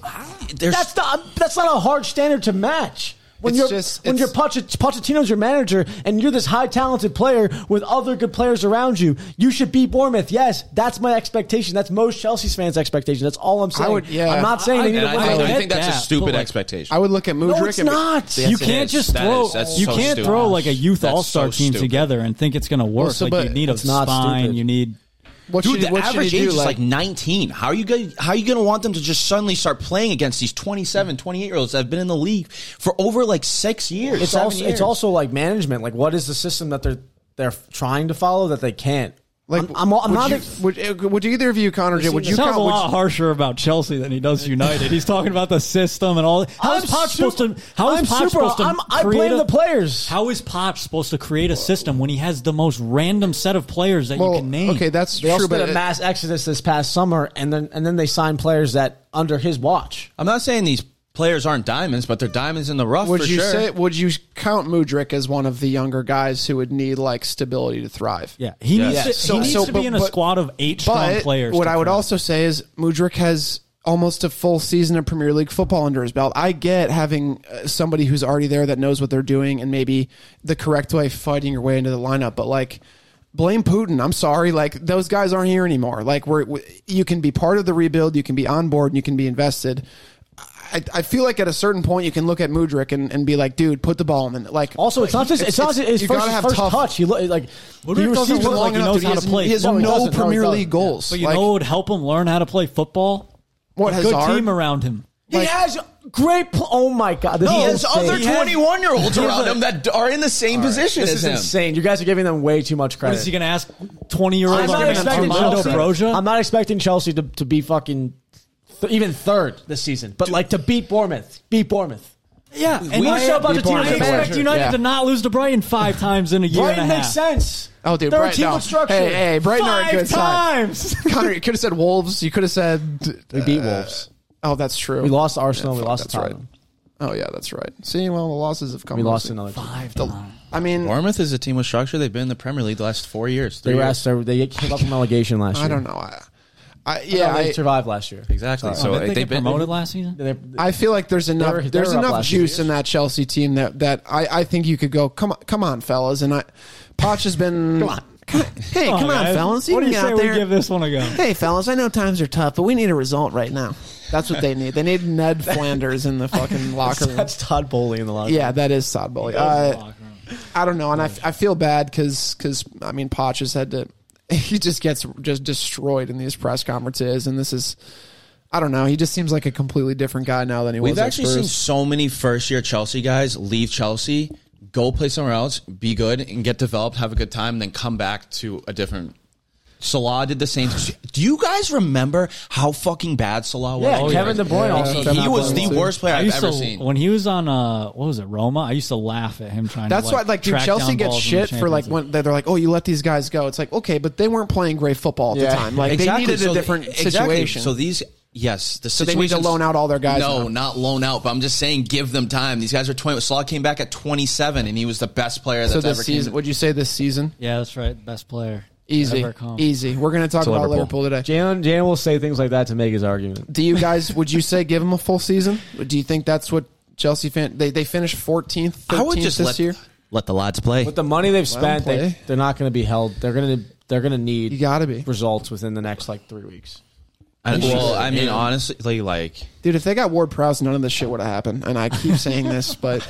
[SPEAKER 4] There's-
[SPEAKER 1] That's not that's not a hard standard to match. When
[SPEAKER 2] It's
[SPEAKER 1] you're
[SPEAKER 2] just-
[SPEAKER 1] when you're
[SPEAKER 2] it's-
[SPEAKER 1] Poch- Pochettino's your manager and you're this high talented player with other good players around you, you should beat Bournemouth. Yes, that's my expectation. That's most Chelsea's fans' expectation. That's all I'm saying.
[SPEAKER 2] would- yeah.
[SPEAKER 1] I'm not saying
[SPEAKER 3] I-
[SPEAKER 1] they need
[SPEAKER 4] And
[SPEAKER 1] to
[SPEAKER 4] I,
[SPEAKER 1] win.
[SPEAKER 3] I
[SPEAKER 4] think-
[SPEAKER 1] the league.
[SPEAKER 4] I
[SPEAKER 3] get
[SPEAKER 4] think that's a
[SPEAKER 3] that,
[SPEAKER 4] stupid
[SPEAKER 3] but, like,
[SPEAKER 4] expectation.
[SPEAKER 2] I would look at Mudrik.
[SPEAKER 1] No, it's
[SPEAKER 2] and be-
[SPEAKER 1] not.
[SPEAKER 4] Yes,
[SPEAKER 3] you
[SPEAKER 4] it
[SPEAKER 3] can't
[SPEAKER 4] is.
[SPEAKER 3] just
[SPEAKER 4] That
[SPEAKER 3] throw.
[SPEAKER 4] is- that's
[SPEAKER 3] you
[SPEAKER 4] so
[SPEAKER 3] can't
[SPEAKER 4] stupid.
[SPEAKER 3] throw like a youth
[SPEAKER 4] That's so
[SPEAKER 3] all star team
[SPEAKER 4] stupid.
[SPEAKER 3] together and think it's going to work.
[SPEAKER 2] so,
[SPEAKER 3] like you
[SPEAKER 2] but
[SPEAKER 3] need a
[SPEAKER 1] it's not
[SPEAKER 3] spine.
[SPEAKER 1] stupid.
[SPEAKER 3] You need.
[SPEAKER 2] What
[SPEAKER 4] Dude,
[SPEAKER 2] should,
[SPEAKER 4] the
[SPEAKER 2] what should
[SPEAKER 4] average
[SPEAKER 2] he
[SPEAKER 4] age
[SPEAKER 2] do?
[SPEAKER 4] is like
[SPEAKER 2] Like,
[SPEAKER 4] 19. How are you going how are you going to want them to just suddenly start playing against these 27, 28 year olds that have been in the league for over like 6 years?
[SPEAKER 1] it's
[SPEAKER 4] seven
[SPEAKER 1] also
[SPEAKER 4] years?
[SPEAKER 1] it's also like management. Like what is the system that they're they're trying to follow that they can't?
[SPEAKER 2] Like,
[SPEAKER 1] I'm- I'm- I'm
[SPEAKER 2] would
[SPEAKER 1] not
[SPEAKER 2] You,
[SPEAKER 1] ex-
[SPEAKER 2] would, uh, would either of you, Connor, Jay, would you?
[SPEAKER 3] sounds
[SPEAKER 2] count-
[SPEAKER 3] a
[SPEAKER 2] would
[SPEAKER 3] lot
[SPEAKER 2] you-
[SPEAKER 3] harsher about Chelsea than he does United. He's talking about the system and all. How is
[SPEAKER 1] I'm
[SPEAKER 3] Pop
[SPEAKER 1] super-
[SPEAKER 3] supposed to? How is
[SPEAKER 1] I'm
[SPEAKER 3] Pop
[SPEAKER 1] super-
[SPEAKER 3] supposed to?
[SPEAKER 1] I'm- I
[SPEAKER 3] create
[SPEAKER 1] blame
[SPEAKER 3] a-
[SPEAKER 1] the players.
[SPEAKER 3] How is Pop supposed to create a system when he has the most random set of players that
[SPEAKER 2] well,
[SPEAKER 3] you can name?
[SPEAKER 2] okay, that's
[SPEAKER 1] They
[SPEAKER 2] true.
[SPEAKER 1] also
[SPEAKER 2] But
[SPEAKER 1] did a
[SPEAKER 2] it-
[SPEAKER 1] mass exodus this past summer, and then and then they signed players that under his watch.
[SPEAKER 4] I'm not saying these players aren't diamonds, but they're diamonds in the rough
[SPEAKER 2] would
[SPEAKER 4] for
[SPEAKER 2] you
[SPEAKER 4] sure.
[SPEAKER 2] say? Would you count Mudrick as one of the younger guys who would need like stability to thrive?
[SPEAKER 3] yeah, he
[SPEAKER 4] Yeah.
[SPEAKER 3] needs to,
[SPEAKER 4] Yeah,
[SPEAKER 2] so-
[SPEAKER 3] he needs
[SPEAKER 2] so,
[SPEAKER 3] to
[SPEAKER 2] but-
[SPEAKER 3] be in a
[SPEAKER 2] but-
[SPEAKER 3] squad of eight strong
[SPEAKER 2] But
[SPEAKER 3] players.
[SPEAKER 2] what
[SPEAKER 3] to
[SPEAKER 2] I would
[SPEAKER 3] play.
[SPEAKER 2] also say is Mudrick has almost a full season of Premier League football under his belt. I get having uh, somebody who's already there that knows what they're doing and maybe the correct way of fighting your way into the lineup, but like blame Putin. I'm sorry, like those guys aren't here anymore. Like we're we, you can be part of the rebuild, you can be on board, and you can be invested. I, I feel like at a certain point you can look at Mudrick and, and be like, dude, put the ball in. the net. Like
[SPEAKER 1] Also, it's not just it's, not his
[SPEAKER 2] you
[SPEAKER 1] first,
[SPEAKER 2] gotta
[SPEAKER 1] his
[SPEAKER 2] have
[SPEAKER 1] first
[SPEAKER 2] tough-
[SPEAKER 1] touch. He lo- like
[SPEAKER 3] Mudryk doesn't
[SPEAKER 1] receives
[SPEAKER 3] look
[SPEAKER 1] the
[SPEAKER 3] like
[SPEAKER 1] long
[SPEAKER 3] he
[SPEAKER 1] enough
[SPEAKER 3] knows
[SPEAKER 1] to-
[SPEAKER 3] how
[SPEAKER 2] he
[SPEAKER 3] to
[SPEAKER 2] has,
[SPEAKER 3] play.
[SPEAKER 2] He has
[SPEAKER 1] No, he
[SPEAKER 2] no
[SPEAKER 1] doesn't. No, he
[SPEAKER 2] Premier
[SPEAKER 1] doesn't.
[SPEAKER 2] League goals.
[SPEAKER 3] but you
[SPEAKER 2] Like,
[SPEAKER 3] know, what would help him learn how to play football.
[SPEAKER 2] what
[SPEAKER 3] a good
[SPEAKER 2] Hazard?
[SPEAKER 3] team around him.
[SPEAKER 1] He
[SPEAKER 2] Like-
[SPEAKER 1] has great. Pl- oh my god, this
[SPEAKER 4] He
[SPEAKER 1] is
[SPEAKER 4] has
[SPEAKER 1] insane.
[SPEAKER 4] other
[SPEAKER 3] He has-
[SPEAKER 4] 21 year olds
[SPEAKER 3] he has
[SPEAKER 4] around
[SPEAKER 3] a-
[SPEAKER 4] him that are in the same position
[SPEAKER 1] This
[SPEAKER 4] as
[SPEAKER 1] is
[SPEAKER 4] him.
[SPEAKER 1] insane. You guys are giving them way too much credit.
[SPEAKER 3] What is he going to ask twenty year old
[SPEAKER 1] I'm not expecting
[SPEAKER 3] Armando
[SPEAKER 1] Chelsea.
[SPEAKER 3] Broja?
[SPEAKER 1] I'm not expecting Chelsea to, to be fucking th- even third this season, but like to beat Bournemouth, beat Bournemouth.
[SPEAKER 3] yeah, and
[SPEAKER 1] We
[SPEAKER 3] I-
[SPEAKER 1] show up on the team
[SPEAKER 3] I
[SPEAKER 1] with a
[SPEAKER 3] expect
[SPEAKER 1] manager.
[SPEAKER 3] United
[SPEAKER 2] Yeah.
[SPEAKER 3] to not lose to Brighton five times in a year
[SPEAKER 1] Brighton
[SPEAKER 3] and a half.
[SPEAKER 1] makes sense.
[SPEAKER 2] Oh, dude,
[SPEAKER 1] they're
[SPEAKER 2] Bright-
[SPEAKER 1] a team
[SPEAKER 2] no.
[SPEAKER 1] with structure.
[SPEAKER 2] Hey, hey, Brighton are a
[SPEAKER 3] Five
[SPEAKER 2] good side.
[SPEAKER 3] times.
[SPEAKER 2] Connor, you could have said Wolves. You could have said
[SPEAKER 1] They beat Wolves.
[SPEAKER 2] Oh, that's true.
[SPEAKER 1] We lost to Arsenal.
[SPEAKER 2] Yeah,
[SPEAKER 1] we
[SPEAKER 2] fuck,
[SPEAKER 1] lost to
[SPEAKER 2] that's right.
[SPEAKER 1] Tottenham.
[SPEAKER 2] Oh yeah, that's right. See, well, the losses have come.
[SPEAKER 1] We lost
[SPEAKER 2] mostly.
[SPEAKER 1] another. Team.
[SPEAKER 3] Five
[SPEAKER 2] The-
[SPEAKER 3] times.
[SPEAKER 2] I mean,
[SPEAKER 4] Bournemouth is a team with structure. They've been in the Premier League the last four years.
[SPEAKER 1] They
[SPEAKER 4] three
[SPEAKER 1] were
[SPEAKER 4] years.
[SPEAKER 1] asked. They came up from relegation last year.
[SPEAKER 2] I don't know. I, I
[SPEAKER 1] No,
[SPEAKER 2] yeah,
[SPEAKER 1] they
[SPEAKER 2] I,
[SPEAKER 1] survived last year.
[SPEAKER 4] Exactly. so
[SPEAKER 3] Oh, Didn't they
[SPEAKER 4] they've
[SPEAKER 3] get
[SPEAKER 4] been
[SPEAKER 3] promoted last season?
[SPEAKER 1] They-
[SPEAKER 2] I feel like there's enough.
[SPEAKER 1] were- they
[SPEAKER 2] there's
[SPEAKER 1] were up
[SPEAKER 2] enough
[SPEAKER 1] last year.
[SPEAKER 2] juice in that Chelsea team that that I, I think you could go. Come on, come on, fellas. And I, Poch has been. come on. Hey, come on,
[SPEAKER 3] guys.
[SPEAKER 2] fellas. You
[SPEAKER 3] Oh, What do
[SPEAKER 2] can
[SPEAKER 3] you
[SPEAKER 2] get
[SPEAKER 3] say
[SPEAKER 2] out
[SPEAKER 3] we
[SPEAKER 2] there.
[SPEAKER 3] give this one a go?
[SPEAKER 2] Hey, fellas, I know times are tough, but we need a result right now. That's what they need. They need Ned Flanders in the fucking locker room.
[SPEAKER 1] That's Todd Bowley in the locker.
[SPEAKER 2] Yeah, that is Todd Bowley. Uh, I don't know, and I, I feel bad because I mean Poch has had to he just gets just destroyed in these press conferences, and this is I don't know. He just seems like a completely different guy now than he
[SPEAKER 4] We've
[SPEAKER 2] was. at
[SPEAKER 4] actually
[SPEAKER 2] Spurs.
[SPEAKER 4] seen so many first year Chelsea guys leave Chelsea, go play somewhere else, be good, and get developed, have a good time, and then come back to a different. Salah did the same. Do you guys remember how fucking bad Salah was?
[SPEAKER 1] Yeah, Kevin De Bruyne
[SPEAKER 4] He-
[SPEAKER 1] also did
[SPEAKER 4] He,
[SPEAKER 1] not
[SPEAKER 4] was
[SPEAKER 1] play
[SPEAKER 4] the
[SPEAKER 1] well.
[SPEAKER 4] worst player
[SPEAKER 3] I
[SPEAKER 4] I've
[SPEAKER 3] used
[SPEAKER 4] ever
[SPEAKER 3] to,
[SPEAKER 4] seen.
[SPEAKER 3] when he was on uh, what was it Roma? I used to laugh at him trying.
[SPEAKER 2] That's
[SPEAKER 3] to,
[SPEAKER 2] why, like, dude,
[SPEAKER 3] track
[SPEAKER 2] Chelsea
[SPEAKER 3] down
[SPEAKER 2] gets
[SPEAKER 3] balls in the
[SPEAKER 2] shit for like
[SPEAKER 3] Champions
[SPEAKER 2] when they're they're like, "Oh, you let these guys go." It's like, okay, but they weren't playing great football at the
[SPEAKER 1] Yeah.
[SPEAKER 2] time. Like, they needed a
[SPEAKER 4] So- e,
[SPEAKER 2] different
[SPEAKER 4] exactly.
[SPEAKER 2] situation.
[SPEAKER 4] So these, yes,
[SPEAKER 2] they need
[SPEAKER 4] the
[SPEAKER 2] to
[SPEAKER 4] situations-
[SPEAKER 2] loan out all their guys
[SPEAKER 4] No,
[SPEAKER 2] now.
[SPEAKER 4] not loan out. But I'm just saying, give them time. These guys are 20. Salah came back at 27, and he was the best player that's
[SPEAKER 2] So
[SPEAKER 4] ever
[SPEAKER 2] this season,
[SPEAKER 4] came.
[SPEAKER 2] would you say this season?
[SPEAKER 3] League. Yeah, that's right. Best player.
[SPEAKER 2] Easy,
[SPEAKER 3] Ever come.
[SPEAKER 2] easy. We're gonna talk
[SPEAKER 4] To
[SPEAKER 2] about
[SPEAKER 4] Liverpool.
[SPEAKER 2] Liverpool today.
[SPEAKER 1] Jalen Jalen will say things like that to make his argument.
[SPEAKER 2] Do you guys? would you say give them a full season? Do you think that's what Chelsea fan? They they finished 14th, 13th
[SPEAKER 4] I would just
[SPEAKER 2] this
[SPEAKER 4] let,
[SPEAKER 2] year.
[SPEAKER 4] let the lads play.
[SPEAKER 1] With the money they've spent, they,
[SPEAKER 2] play.
[SPEAKER 1] they're not going to be held. They're going to they're going to need
[SPEAKER 2] You gotta be.
[SPEAKER 1] results within the next like three weeks.
[SPEAKER 4] I- well, I mean, honestly, like
[SPEAKER 2] Dude, if they got Ward Prowse, none of this shit would have happened. And I keep saying this, but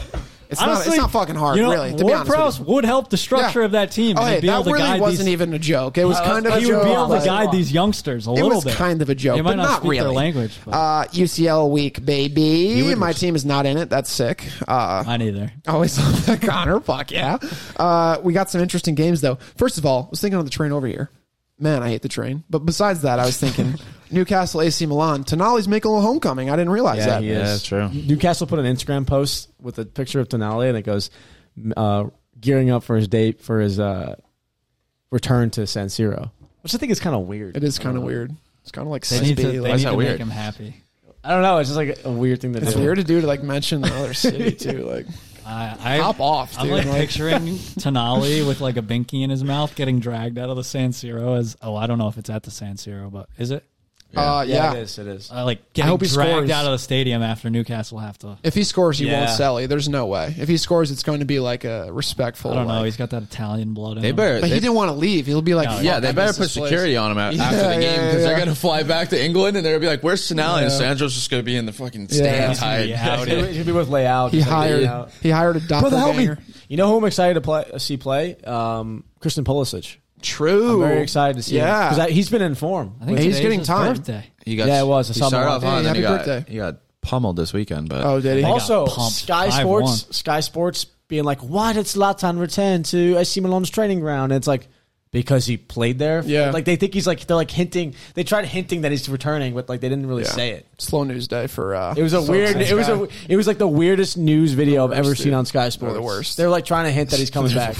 [SPEAKER 2] it's not
[SPEAKER 3] Honestly,
[SPEAKER 2] it's not fucking hard,
[SPEAKER 3] you know,
[SPEAKER 2] really. To be
[SPEAKER 3] Ward
[SPEAKER 2] honest with you.
[SPEAKER 3] Prowse would help the structure
[SPEAKER 2] Yeah.
[SPEAKER 3] of that team.
[SPEAKER 2] Oh,
[SPEAKER 3] and
[SPEAKER 2] hey,
[SPEAKER 3] he'd be able
[SPEAKER 2] that
[SPEAKER 3] to
[SPEAKER 2] really
[SPEAKER 3] guide
[SPEAKER 2] wasn't
[SPEAKER 3] these, Uh,
[SPEAKER 2] even a joke. It was kind of a
[SPEAKER 3] He would
[SPEAKER 2] joke.
[SPEAKER 3] be able to
[SPEAKER 2] but-
[SPEAKER 3] guide these youngsters a
[SPEAKER 2] it
[SPEAKER 3] little
[SPEAKER 2] was
[SPEAKER 3] bit.
[SPEAKER 2] kind of a joke,
[SPEAKER 3] They
[SPEAKER 2] but
[SPEAKER 3] might not,
[SPEAKER 2] not
[SPEAKER 3] speak
[SPEAKER 2] really.
[SPEAKER 3] their language. But
[SPEAKER 2] Uh, UCL week, baby. My team is not in it. That's sick. Uh,
[SPEAKER 3] mine either.
[SPEAKER 2] I always love that Connor. Fuck yeah. Uh, we got some interesting games though. First of all, I was thinking on the train over here. Man, I hate the train. But besides that, I was thinking Newcastle AC Milan. Tenali's making a little homecoming. I didn't realize that.
[SPEAKER 1] he is.
[SPEAKER 4] that's true.
[SPEAKER 1] Newcastle put an Instagram post with a picture of Denali, and it goes uh, gearing up for his date for his uh, return to San Siro, which I think is kind of weird.
[SPEAKER 2] It is kind of weird. It's kind of like
[SPEAKER 3] They need to,
[SPEAKER 2] snippy,
[SPEAKER 3] they
[SPEAKER 2] like-
[SPEAKER 3] need
[SPEAKER 4] that
[SPEAKER 3] to
[SPEAKER 4] weird?
[SPEAKER 3] make him happy.
[SPEAKER 1] I don't know. It's just like a weird thing to
[SPEAKER 2] It's
[SPEAKER 1] do.
[SPEAKER 2] weird to do to like mention the other city too. Like
[SPEAKER 3] I, I,
[SPEAKER 2] Hop off,
[SPEAKER 3] I'm
[SPEAKER 2] dude.
[SPEAKER 3] like
[SPEAKER 2] Like-
[SPEAKER 3] picturing Tonali with like a binky in his mouth getting dragged out of the San Siro. As oh, I don't know if it's at the San Siro, but is it?
[SPEAKER 2] Uh, yeah.
[SPEAKER 1] it is. It is.
[SPEAKER 3] Uh, like getting
[SPEAKER 2] hope he
[SPEAKER 3] dragged
[SPEAKER 2] scores.
[SPEAKER 3] out of the stadium after Newcastle have to.
[SPEAKER 2] If he scores, he won't
[SPEAKER 1] Yeah.
[SPEAKER 2] sell you. There's no way. If he scores, it's going to be like a respectful.
[SPEAKER 3] I don't know.
[SPEAKER 2] like-
[SPEAKER 3] He's got that Italian blood in
[SPEAKER 4] They
[SPEAKER 3] him.
[SPEAKER 4] better.
[SPEAKER 2] but he
[SPEAKER 4] they-
[SPEAKER 2] didn't want to leave. He'll be like,
[SPEAKER 4] yeah,
[SPEAKER 2] fuck, I
[SPEAKER 4] they better
[SPEAKER 2] miss
[SPEAKER 4] put
[SPEAKER 2] this place.
[SPEAKER 4] security on him a-
[SPEAKER 2] Yeah,
[SPEAKER 4] after the game
[SPEAKER 2] yeah, yeah,
[SPEAKER 4] because they're
[SPEAKER 2] yeah.
[SPEAKER 4] gonna fly back to England and they're gonna be like, "Where's Sonali?" And Sandro's just gonna be in the fucking
[SPEAKER 3] He's
[SPEAKER 4] stands,
[SPEAKER 3] gonna be
[SPEAKER 4] hiding.
[SPEAKER 3] outed.
[SPEAKER 1] It should be with layout.
[SPEAKER 2] He hired. He hired a doppelganger.
[SPEAKER 1] You know who I'm excited to play, see play? Um, Kristen Pulisic.
[SPEAKER 2] True.
[SPEAKER 1] I'm very excited to see
[SPEAKER 2] Yeah.
[SPEAKER 1] him because he's been in form.
[SPEAKER 3] I think
[SPEAKER 2] He's
[SPEAKER 3] today's
[SPEAKER 2] getting
[SPEAKER 3] his
[SPEAKER 2] time.
[SPEAKER 3] Birthday.
[SPEAKER 4] He got,
[SPEAKER 1] Yeah, it was. I
[SPEAKER 4] He
[SPEAKER 1] saw him
[SPEAKER 4] started
[SPEAKER 1] on-
[SPEAKER 4] off hot, and then
[SPEAKER 2] Hey,
[SPEAKER 4] he
[SPEAKER 2] happy
[SPEAKER 4] got,
[SPEAKER 2] birthday.
[SPEAKER 4] he got pummeled this weekend. But
[SPEAKER 2] Oh, did he?
[SPEAKER 1] also,
[SPEAKER 3] pumped.
[SPEAKER 1] Sky
[SPEAKER 3] 5-1.
[SPEAKER 1] Sports, Sky Sports being like, why did Zlatan return to AC Milan's training ground? And it's like, because he played there.
[SPEAKER 2] Yeah.
[SPEAKER 1] like they think he's like they're like hinting. They tried hinting that he's returning, but like they didn't really say it.
[SPEAKER 2] Slow news day for. Uh,
[SPEAKER 1] It was a
[SPEAKER 2] Sox
[SPEAKER 1] weird. It was a.
[SPEAKER 2] guy.
[SPEAKER 1] It was like the weirdest news video I've
[SPEAKER 2] worst,
[SPEAKER 1] ever seen
[SPEAKER 2] dude.
[SPEAKER 1] on Sky Sports.
[SPEAKER 2] the worst.
[SPEAKER 1] They're like trying to hint that he's coming back.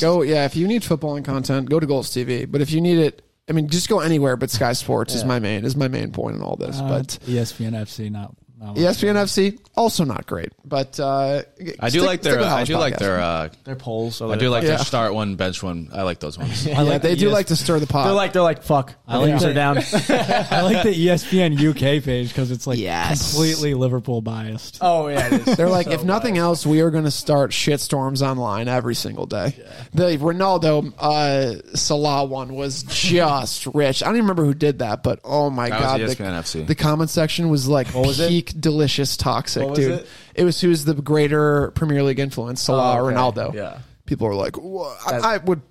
[SPEAKER 2] Go yeah. If you need footballing content, go to Goals TV. But if you need it, I mean, just go anywhere. But Sky Sports is my main is my main point in all this.
[SPEAKER 3] Uh,
[SPEAKER 1] Uh,
[SPEAKER 2] but E
[SPEAKER 3] ESPN FC, not. not much.
[SPEAKER 2] ESPN FC also not great. But uh,
[SPEAKER 4] I do
[SPEAKER 2] stick-
[SPEAKER 4] like
[SPEAKER 2] stick
[SPEAKER 4] their.
[SPEAKER 2] with
[SPEAKER 4] uh, I
[SPEAKER 2] Hollis
[SPEAKER 4] do like
[SPEAKER 2] podcast.
[SPEAKER 4] their. Uh,
[SPEAKER 1] Their polls.
[SPEAKER 4] I do like
[SPEAKER 2] Yeah.
[SPEAKER 4] their start one, bench one. I like those ones.
[SPEAKER 2] Yeah, they do like to stir the
[SPEAKER 1] E
[SPEAKER 2] pot.
[SPEAKER 1] They're like they're like fuck.
[SPEAKER 3] I
[SPEAKER 1] I
[SPEAKER 3] like
[SPEAKER 1] like
[SPEAKER 3] that-
[SPEAKER 1] are down.
[SPEAKER 3] I like the E ESPN UK page because it's like
[SPEAKER 2] Yes.
[SPEAKER 3] completely Liverpool biased.
[SPEAKER 1] oh yeah, it is.
[SPEAKER 2] They're like, if nothing else, we are going to start shitstorms online every single day. The Ronaldo uh, Salah one was just rich. I don't even remember who did that, but oh my
[SPEAKER 4] That was E
[SPEAKER 2] god,
[SPEAKER 4] ESPN
[SPEAKER 2] the,
[SPEAKER 4] FC.
[SPEAKER 2] the comment section was like
[SPEAKER 1] was it?
[SPEAKER 2] peak delicious toxic,
[SPEAKER 1] What was
[SPEAKER 2] dude.
[SPEAKER 1] it?
[SPEAKER 2] was who's the greater Premier League influence, Salah
[SPEAKER 1] Oh,
[SPEAKER 2] or
[SPEAKER 1] okay.
[SPEAKER 2] Ronaldo?
[SPEAKER 1] Yeah.
[SPEAKER 2] people were like, "Wha-
[SPEAKER 1] That-
[SPEAKER 2] I, I would.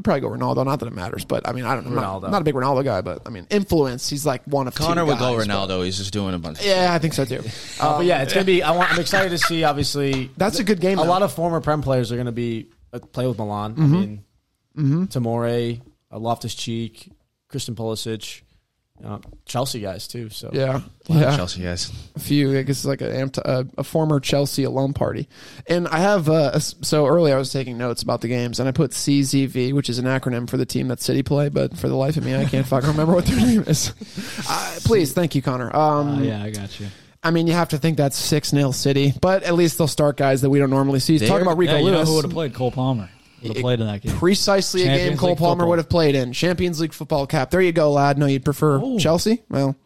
[SPEAKER 2] I'd probably go Ronaldo. Not that it matters, but I mean, I don't. I'm not,
[SPEAKER 1] Ronaldo.
[SPEAKER 2] not a big Ronaldo guy, but I mean, influence. He's like one of
[SPEAKER 4] Connor
[SPEAKER 2] two
[SPEAKER 4] would go
[SPEAKER 2] guys, but-
[SPEAKER 4] Ronaldo. He's just doing a bunch. of
[SPEAKER 2] Yeah, I think so too.
[SPEAKER 1] Uh, but yeah, it's gonna be. I want, I'm excited to see. Obviously,
[SPEAKER 2] That's a good game.
[SPEAKER 1] a
[SPEAKER 2] though.
[SPEAKER 1] lot of former Prem players are going to be uh, play with Milan. I mean, Tamore, uh, Loftus Cheek, Kristen Pulisic, uh, Chelsea guys too. So
[SPEAKER 2] yeah,
[SPEAKER 4] Yeah.
[SPEAKER 2] yeah.
[SPEAKER 4] Chelsea guys.
[SPEAKER 2] few. I guess like a, a, a former Chelsea alum party. And I have uh, a s- so early I was taking notes about the games, and I put CZV, which is an acronym for the team that City play. But for the life of me, I can't fucking remember what their name is. Uh, please, thank you, Connor. Um,
[SPEAKER 3] Oh, yeah, I got you.
[SPEAKER 2] I mean, you have to think that's six 0 City, but at least they'll start guys that we don't normally see. Talk about Rico
[SPEAKER 3] yeah, you know
[SPEAKER 2] Lewis.
[SPEAKER 3] who would have played? Cole Palmer would have played in that game.
[SPEAKER 2] Precisely a game
[SPEAKER 3] Champions
[SPEAKER 2] Cole
[SPEAKER 3] League
[SPEAKER 2] Palmer
[SPEAKER 3] football.
[SPEAKER 2] would have played in. Champions League football cap. There you go, lad. No, you'd prefer
[SPEAKER 3] Oh.
[SPEAKER 2] Chelsea? Well,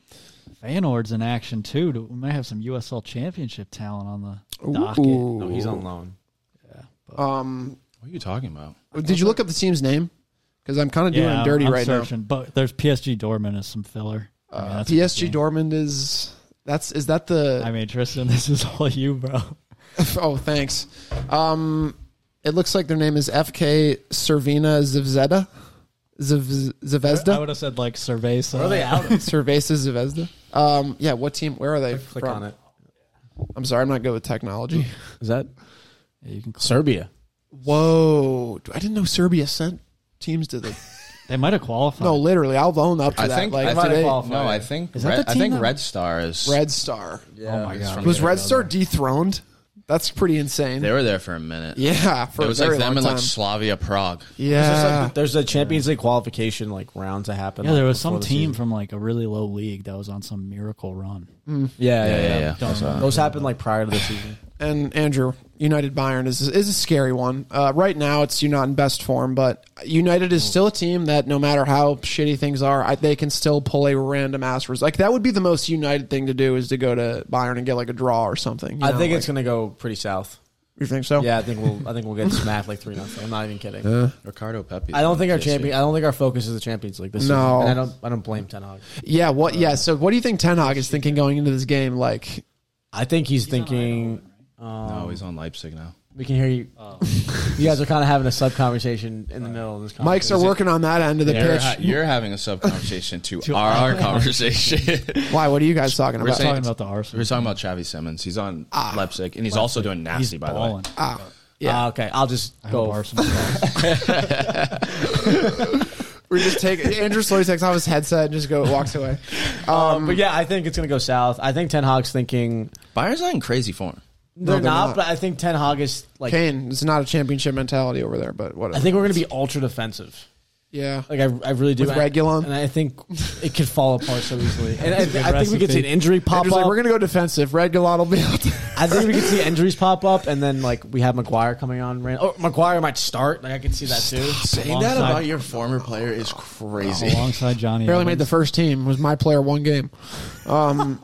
[SPEAKER 3] Feyenoord's in action too. Do- We might have some USL Championship talent on the docket.
[SPEAKER 2] ooh.
[SPEAKER 1] No, Oh, he's on loan.
[SPEAKER 2] Um,
[SPEAKER 4] What are you talking about?
[SPEAKER 2] Did you look up the team's name? Because I'm kind of doing
[SPEAKER 3] Yeah,
[SPEAKER 2] him dirty
[SPEAKER 3] I'm
[SPEAKER 2] right
[SPEAKER 3] searching, But there's PSG Dortmund is some filler. I
[SPEAKER 2] now.
[SPEAKER 3] mean,
[SPEAKER 2] Uh,
[SPEAKER 3] that's a good
[SPEAKER 2] PSG
[SPEAKER 3] game.
[SPEAKER 2] Dortmund is that's is that the
[SPEAKER 3] I mean, Tristan, this is all you, bro.
[SPEAKER 2] oh thanks. Um, it looks like their name is FK Servina Zvezda, Zv-
[SPEAKER 3] I
[SPEAKER 2] Zvezda,
[SPEAKER 3] would have said like Cerveza.
[SPEAKER 1] Where are they out?
[SPEAKER 2] Cerveza Zvezda. Um, yeah, what team? Where are they?
[SPEAKER 1] Click on
[SPEAKER 2] from?
[SPEAKER 1] it.
[SPEAKER 2] I'm sorry, I'm not good with technology.
[SPEAKER 1] Is that
[SPEAKER 3] Yeah, you can cl-
[SPEAKER 1] Serbia?
[SPEAKER 2] Whoa, I didn't know Serbia sent teams to the.
[SPEAKER 3] they might have qualified. Oh
[SPEAKER 2] No, literally, I'll own up to
[SPEAKER 4] I
[SPEAKER 2] that.
[SPEAKER 4] think.
[SPEAKER 2] like
[SPEAKER 4] I think
[SPEAKER 2] today,
[SPEAKER 1] qualified.
[SPEAKER 4] no, I think.
[SPEAKER 3] that
[SPEAKER 4] Red,
[SPEAKER 3] the
[SPEAKER 4] I
[SPEAKER 3] team
[SPEAKER 4] think
[SPEAKER 3] that-
[SPEAKER 4] Red Star is.
[SPEAKER 2] Red Star
[SPEAKER 3] oh my
[SPEAKER 1] it's
[SPEAKER 3] god,
[SPEAKER 4] from
[SPEAKER 2] was
[SPEAKER 4] Yeah,
[SPEAKER 2] Red Star dethroned. That's pretty insane.
[SPEAKER 4] They were there for a minute.
[SPEAKER 2] Yeah, for
[SPEAKER 4] it was
[SPEAKER 2] a
[SPEAKER 4] like
[SPEAKER 2] very
[SPEAKER 4] them
[SPEAKER 2] long
[SPEAKER 4] and
[SPEAKER 2] time.
[SPEAKER 4] like Slavia Prague.
[SPEAKER 1] It's just
[SPEAKER 2] yeah,
[SPEAKER 1] like, there's a Champions League qualification like round to happen.
[SPEAKER 3] Yeah,
[SPEAKER 1] like,
[SPEAKER 3] there was
[SPEAKER 1] before
[SPEAKER 3] some
[SPEAKER 1] the
[SPEAKER 3] team
[SPEAKER 1] season.
[SPEAKER 3] from like a really low league that was on some miracle run.
[SPEAKER 2] Mm.
[SPEAKER 1] Yeah, yeah,
[SPEAKER 4] Yeah,
[SPEAKER 1] yeah.
[SPEAKER 4] yeah, yeah.
[SPEAKER 3] Don't remember.
[SPEAKER 1] Those happened like prior to the season.
[SPEAKER 2] and Andrew, United Bayern is is a scary one. Uh, right now, it's you're not in best form, but United is still a team that no matter how shitty things are, I, they can still pull a random ass result. Like that would be the most United thing to do is to go to Bayern and get like a draw or something. you
[SPEAKER 1] I
[SPEAKER 2] know,
[SPEAKER 1] think
[SPEAKER 2] like-
[SPEAKER 1] it's gonna go pretty south.
[SPEAKER 2] You think so?
[SPEAKER 1] Yeah, I think we'll. I think we'll get smacked like three nothing. I'm not even kidding.
[SPEAKER 4] Uh, Ricardo Pepi.
[SPEAKER 1] I don't think our champion. I don't think our focus is the Champions League this
[SPEAKER 2] No.
[SPEAKER 1] season. And I don't. I don't blame Ten Hag.
[SPEAKER 2] Yeah. What? Yeah. So, what do you think Ten Hag is thinking going into this game? Like,
[SPEAKER 1] I think he's, thinking.
[SPEAKER 4] No, he's on Leipzig now.
[SPEAKER 1] We can hear you. You guys are kind of having a sub conversation in the middle of this.
[SPEAKER 2] Mike's are
[SPEAKER 1] conversation.
[SPEAKER 2] working on that end of the
[SPEAKER 4] You're,
[SPEAKER 2] pitch.
[SPEAKER 4] ha- you're having a sub conversation to, our, our conversation.
[SPEAKER 2] Why? What are you guys talking
[SPEAKER 4] We're
[SPEAKER 2] about?
[SPEAKER 4] saying-
[SPEAKER 3] Talking about the
[SPEAKER 4] we were
[SPEAKER 3] Arsenal.
[SPEAKER 4] talking about Travis Simmons. He's on Leipzig, and he's also doing nasty.
[SPEAKER 3] He's
[SPEAKER 4] by the way,
[SPEAKER 3] balling.
[SPEAKER 2] Ah,
[SPEAKER 1] Ah, okay, I'll just
[SPEAKER 3] I hope
[SPEAKER 1] go. Um,
[SPEAKER 3] Arsenal. lost.
[SPEAKER 2] we just take Andrew slowly takes off his headset and just go walks away.
[SPEAKER 1] Um, but yeah, I think it's gonna go south. I think Ten Hag's thinking
[SPEAKER 4] Bayern's not in crazy form.
[SPEAKER 1] they're,
[SPEAKER 2] they're
[SPEAKER 1] not,
[SPEAKER 2] not.
[SPEAKER 1] but I think Ten Hag is like.
[SPEAKER 2] Kane, it's not a championship mentality over there, but whatever.
[SPEAKER 1] I think we're gonna be ultra defensive.
[SPEAKER 2] yeah.
[SPEAKER 1] Like I, I really do.
[SPEAKER 2] With
[SPEAKER 1] And I-
[SPEAKER 2] Regulon?
[SPEAKER 1] and I think it could fall apart so easily. And I,
[SPEAKER 3] good
[SPEAKER 1] I think we could see an
[SPEAKER 3] recipe.
[SPEAKER 1] injury pop
[SPEAKER 2] Andrew's
[SPEAKER 1] up.
[SPEAKER 2] like, we're gonna go defensive. Red Gallant will be out there.
[SPEAKER 1] I think we could see injuries pop up, and then like we have McGuire coming on. Ran- oh, McGuire might start. Like I could see that too.
[SPEAKER 4] Saying
[SPEAKER 3] that Alongside- about
[SPEAKER 4] your former player is crazy.
[SPEAKER 3] Alongside Johnny.
[SPEAKER 2] Barely made
[SPEAKER 3] Evans.
[SPEAKER 2] the first team. Was my player one game. Um,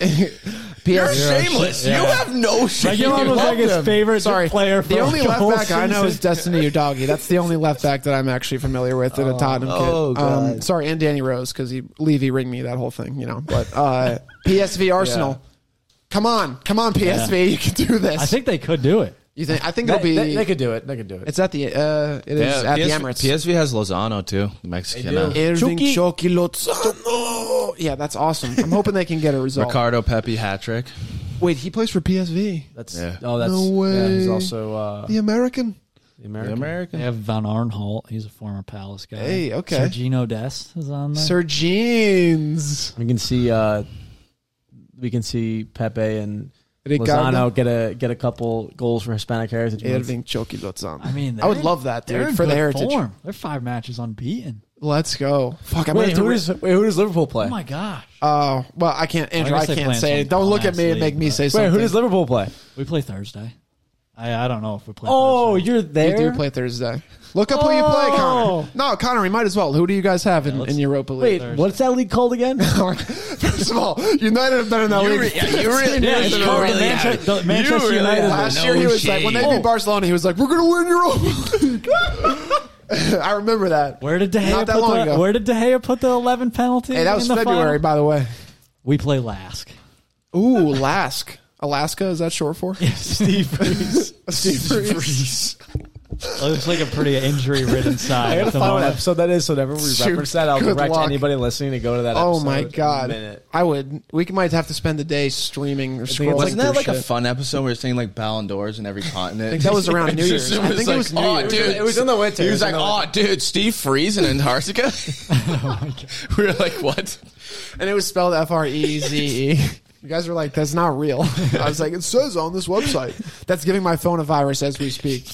[SPEAKER 4] You're
[SPEAKER 2] PS.
[SPEAKER 4] shameless. You have no shame.
[SPEAKER 3] Regulon was like his favorite
[SPEAKER 2] Sorry,
[SPEAKER 3] player. For
[SPEAKER 2] the only left
[SPEAKER 3] whole
[SPEAKER 2] back I know
[SPEAKER 3] season.
[SPEAKER 2] is Destiny Udogi. That's the only left back that I'm actually familiar with in a Tottenham kid.
[SPEAKER 4] oh, God.
[SPEAKER 2] Um, sorry, and Danny Rose because he Levy ring me that whole thing, you know. But uh, PSV Arsenal, come on, come on PSV, you can do this.
[SPEAKER 3] I think they could do it.
[SPEAKER 2] you think I think
[SPEAKER 1] They,
[SPEAKER 2] it'll be
[SPEAKER 1] they- they could do it. They could do it.
[SPEAKER 2] It's at the uh, it is at the Emirates.
[SPEAKER 4] PSV has Lozano too, the Mexican.
[SPEAKER 1] do.
[SPEAKER 4] uh,
[SPEAKER 2] Irving
[SPEAKER 1] Chucky.
[SPEAKER 2] Chucky Lozano. Yeah, that's awesome. I'm hoping they can get a result.
[SPEAKER 4] Ricardo Pepi hat trick.
[SPEAKER 2] Wait, he plays for PSV.
[SPEAKER 1] that's
[SPEAKER 4] Yeah.
[SPEAKER 1] oh that's
[SPEAKER 2] No
[SPEAKER 1] yeah, he's
[SPEAKER 2] way.
[SPEAKER 1] also uh,
[SPEAKER 2] The American.
[SPEAKER 1] The American.
[SPEAKER 3] They
[SPEAKER 4] American.
[SPEAKER 3] have Van Arnholt. He's a former Palace guy.
[SPEAKER 2] Hey, okay.
[SPEAKER 3] Sergino Dest is on there.
[SPEAKER 2] Sir Jeans.
[SPEAKER 1] We can see. Uh, we can see Pepe and
[SPEAKER 2] Ricardo.
[SPEAKER 1] Lozano get a get a couple goals for Hispanic Heritage. Month.
[SPEAKER 2] Irving Choki Lozano.
[SPEAKER 3] I mean,
[SPEAKER 2] I would
[SPEAKER 3] they're-
[SPEAKER 2] love that,
[SPEAKER 3] They're
[SPEAKER 2] dude,
[SPEAKER 3] in
[SPEAKER 2] for the
[SPEAKER 3] good
[SPEAKER 2] heritage.
[SPEAKER 3] form. They're five matches unbeaten.
[SPEAKER 2] Let's go. Fuck, I'm
[SPEAKER 1] Wait,
[SPEAKER 2] going to
[SPEAKER 1] who
[SPEAKER 2] re-
[SPEAKER 1] does wait, who does Liverpool play?
[SPEAKER 3] Oh my gosh.
[SPEAKER 2] Oh, well, I can't, Andrew,
[SPEAKER 3] guess
[SPEAKER 2] I,
[SPEAKER 3] they
[SPEAKER 2] can't
[SPEAKER 3] play in
[SPEAKER 2] say
[SPEAKER 3] some
[SPEAKER 2] it. Don't look at
[SPEAKER 3] dumbass
[SPEAKER 2] me and
[SPEAKER 3] league,
[SPEAKER 2] make me
[SPEAKER 3] but-
[SPEAKER 2] say
[SPEAKER 1] Wait,
[SPEAKER 2] something.
[SPEAKER 1] who does Liverpool play?
[SPEAKER 3] We play Thursday. I I don't know if we play.
[SPEAKER 1] Oh,
[SPEAKER 3] Thursday.
[SPEAKER 1] you're
[SPEAKER 2] You
[SPEAKER 1] there.
[SPEAKER 2] do play Thursday. Look up who you play,
[SPEAKER 1] Oh.
[SPEAKER 2] Connor. No, Connor, we might as well. Who do you guys have in, in Europa
[SPEAKER 1] Wait,
[SPEAKER 2] League?
[SPEAKER 1] what's that league called again?
[SPEAKER 2] First of all, United have been in that
[SPEAKER 4] You
[SPEAKER 2] league.
[SPEAKER 4] re- yeah, you re-
[SPEAKER 2] fifteen
[SPEAKER 4] yeah,
[SPEAKER 2] years
[SPEAKER 4] you
[SPEAKER 2] in a row.
[SPEAKER 4] really
[SPEAKER 1] The Manche-
[SPEAKER 4] have it.
[SPEAKER 1] the
[SPEAKER 4] You
[SPEAKER 1] Manchester
[SPEAKER 4] really
[SPEAKER 1] United.
[SPEAKER 4] have
[SPEAKER 2] Last
[SPEAKER 4] no
[SPEAKER 2] year he was like, when they
[SPEAKER 3] Oh.
[SPEAKER 4] shame.
[SPEAKER 2] beat Barcelona, he was like, "We're gonna win Europa." League." I remember that.
[SPEAKER 3] Where did De Gea
[SPEAKER 2] Not that
[SPEAKER 3] put
[SPEAKER 2] long
[SPEAKER 3] the,
[SPEAKER 2] ago.
[SPEAKER 3] Where did De Gea put the eleven penalty?
[SPEAKER 2] Hey, that was
[SPEAKER 3] in the
[SPEAKER 2] February,
[SPEAKER 3] Final?
[SPEAKER 2] by the way.
[SPEAKER 3] We play Lask.
[SPEAKER 2] Ooh, Lask, Alaska is that short for?
[SPEAKER 3] Steve Freeze.
[SPEAKER 2] Steve Freeze.
[SPEAKER 3] It looks like a pretty injury-ridden side.
[SPEAKER 1] I
[SPEAKER 3] at
[SPEAKER 1] gotta
[SPEAKER 3] the
[SPEAKER 1] find what
[SPEAKER 3] moment.
[SPEAKER 1] episode that is, so whenever we
[SPEAKER 2] Shoot,
[SPEAKER 1] reference that, I'll
[SPEAKER 2] good
[SPEAKER 1] direct
[SPEAKER 2] luck.
[SPEAKER 1] anybody listening to go to that.
[SPEAKER 2] Oh
[SPEAKER 1] episode
[SPEAKER 2] my
[SPEAKER 1] in a
[SPEAKER 2] god,
[SPEAKER 1] minute.
[SPEAKER 2] I would. We might have to spend the day streaming or scrolling.
[SPEAKER 1] like
[SPEAKER 4] Wasn't that
[SPEAKER 2] through
[SPEAKER 4] like a
[SPEAKER 2] shit.
[SPEAKER 4] fun episode where you're saying like Ballon d'Ors in every continent? I
[SPEAKER 2] think that was around New Year's. I think it was New
[SPEAKER 4] oh,
[SPEAKER 2] Year's."
[SPEAKER 4] dude,
[SPEAKER 1] It was in the winter.
[SPEAKER 4] He
[SPEAKER 1] It
[SPEAKER 4] was
[SPEAKER 1] was in
[SPEAKER 4] like,
[SPEAKER 1] the
[SPEAKER 4] oh, dude, Steve Freeze in Antarctica.
[SPEAKER 2] Oh
[SPEAKER 4] we were like, what?
[SPEAKER 2] and it was spelled F R E Z E. You guys were like, "That's not real." I was like, "It says on this website." That's giving my phone a virus as we speak.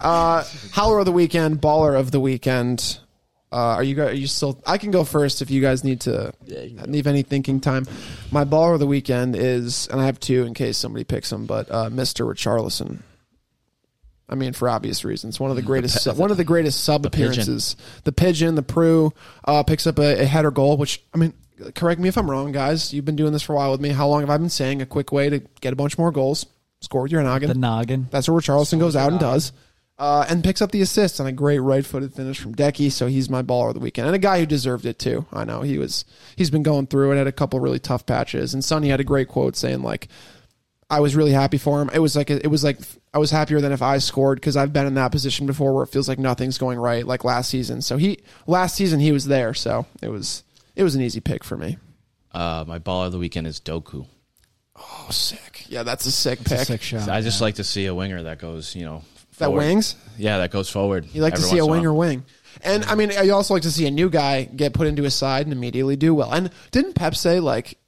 [SPEAKER 2] Uh, Howler of the weekend, baller of the weekend. Uh, are you guys? Are you still? I can go first if you guys need to leave any thinking time. My baller of the weekend is, and I have two in case somebody picks them, but uh, Mister Richarlison. I mean, for obvious reasons, one of the greatest, one of the greatest sub appearances. The pigeon, the Prue, uh, picks up a, a header goal. Which I mean, correct me if I'm wrong, guys. You've been doing this for a while with me. How long have I been saying a quick way to get a bunch more goals? Score with your noggin.
[SPEAKER 3] the noggin.
[SPEAKER 2] That's where Charleston goes out and does. Uh, and picks up the assist on a great right-footed finish from Decky, so he's my baller of the weekend, and a guy who deserved it too. I know he was. He's been going through it, had a couple really tough patches, and Sonny had a great quote saying like, "I was really happy for him. It was like it was like I was happier than if I scored because I've been in that position before where it feels like nothing's going right, like last season. So he last season he was there, so it was it was an easy pick for me.
[SPEAKER 4] Uh, my ball of the weekend is Doku.
[SPEAKER 2] Oh, sick! Yeah, that's a sick
[SPEAKER 3] It's a
[SPEAKER 2] pick.
[SPEAKER 3] sick shot.
[SPEAKER 4] I just like to see a winger that goes, you know,
[SPEAKER 2] That
[SPEAKER 4] forward.
[SPEAKER 2] wings.
[SPEAKER 4] Yeah, that goes forward.
[SPEAKER 2] You like
[SPEAKER 4] every
[SPEAKER 2] to see a
[SPEAKER 4] once in
[SPEAKER 2] winger
[SPEAKER 4] while.
[SPEAKER 2] wing. And I mean, I also like to see a new guy get put into his side and immediately do well. And didn't Pep say like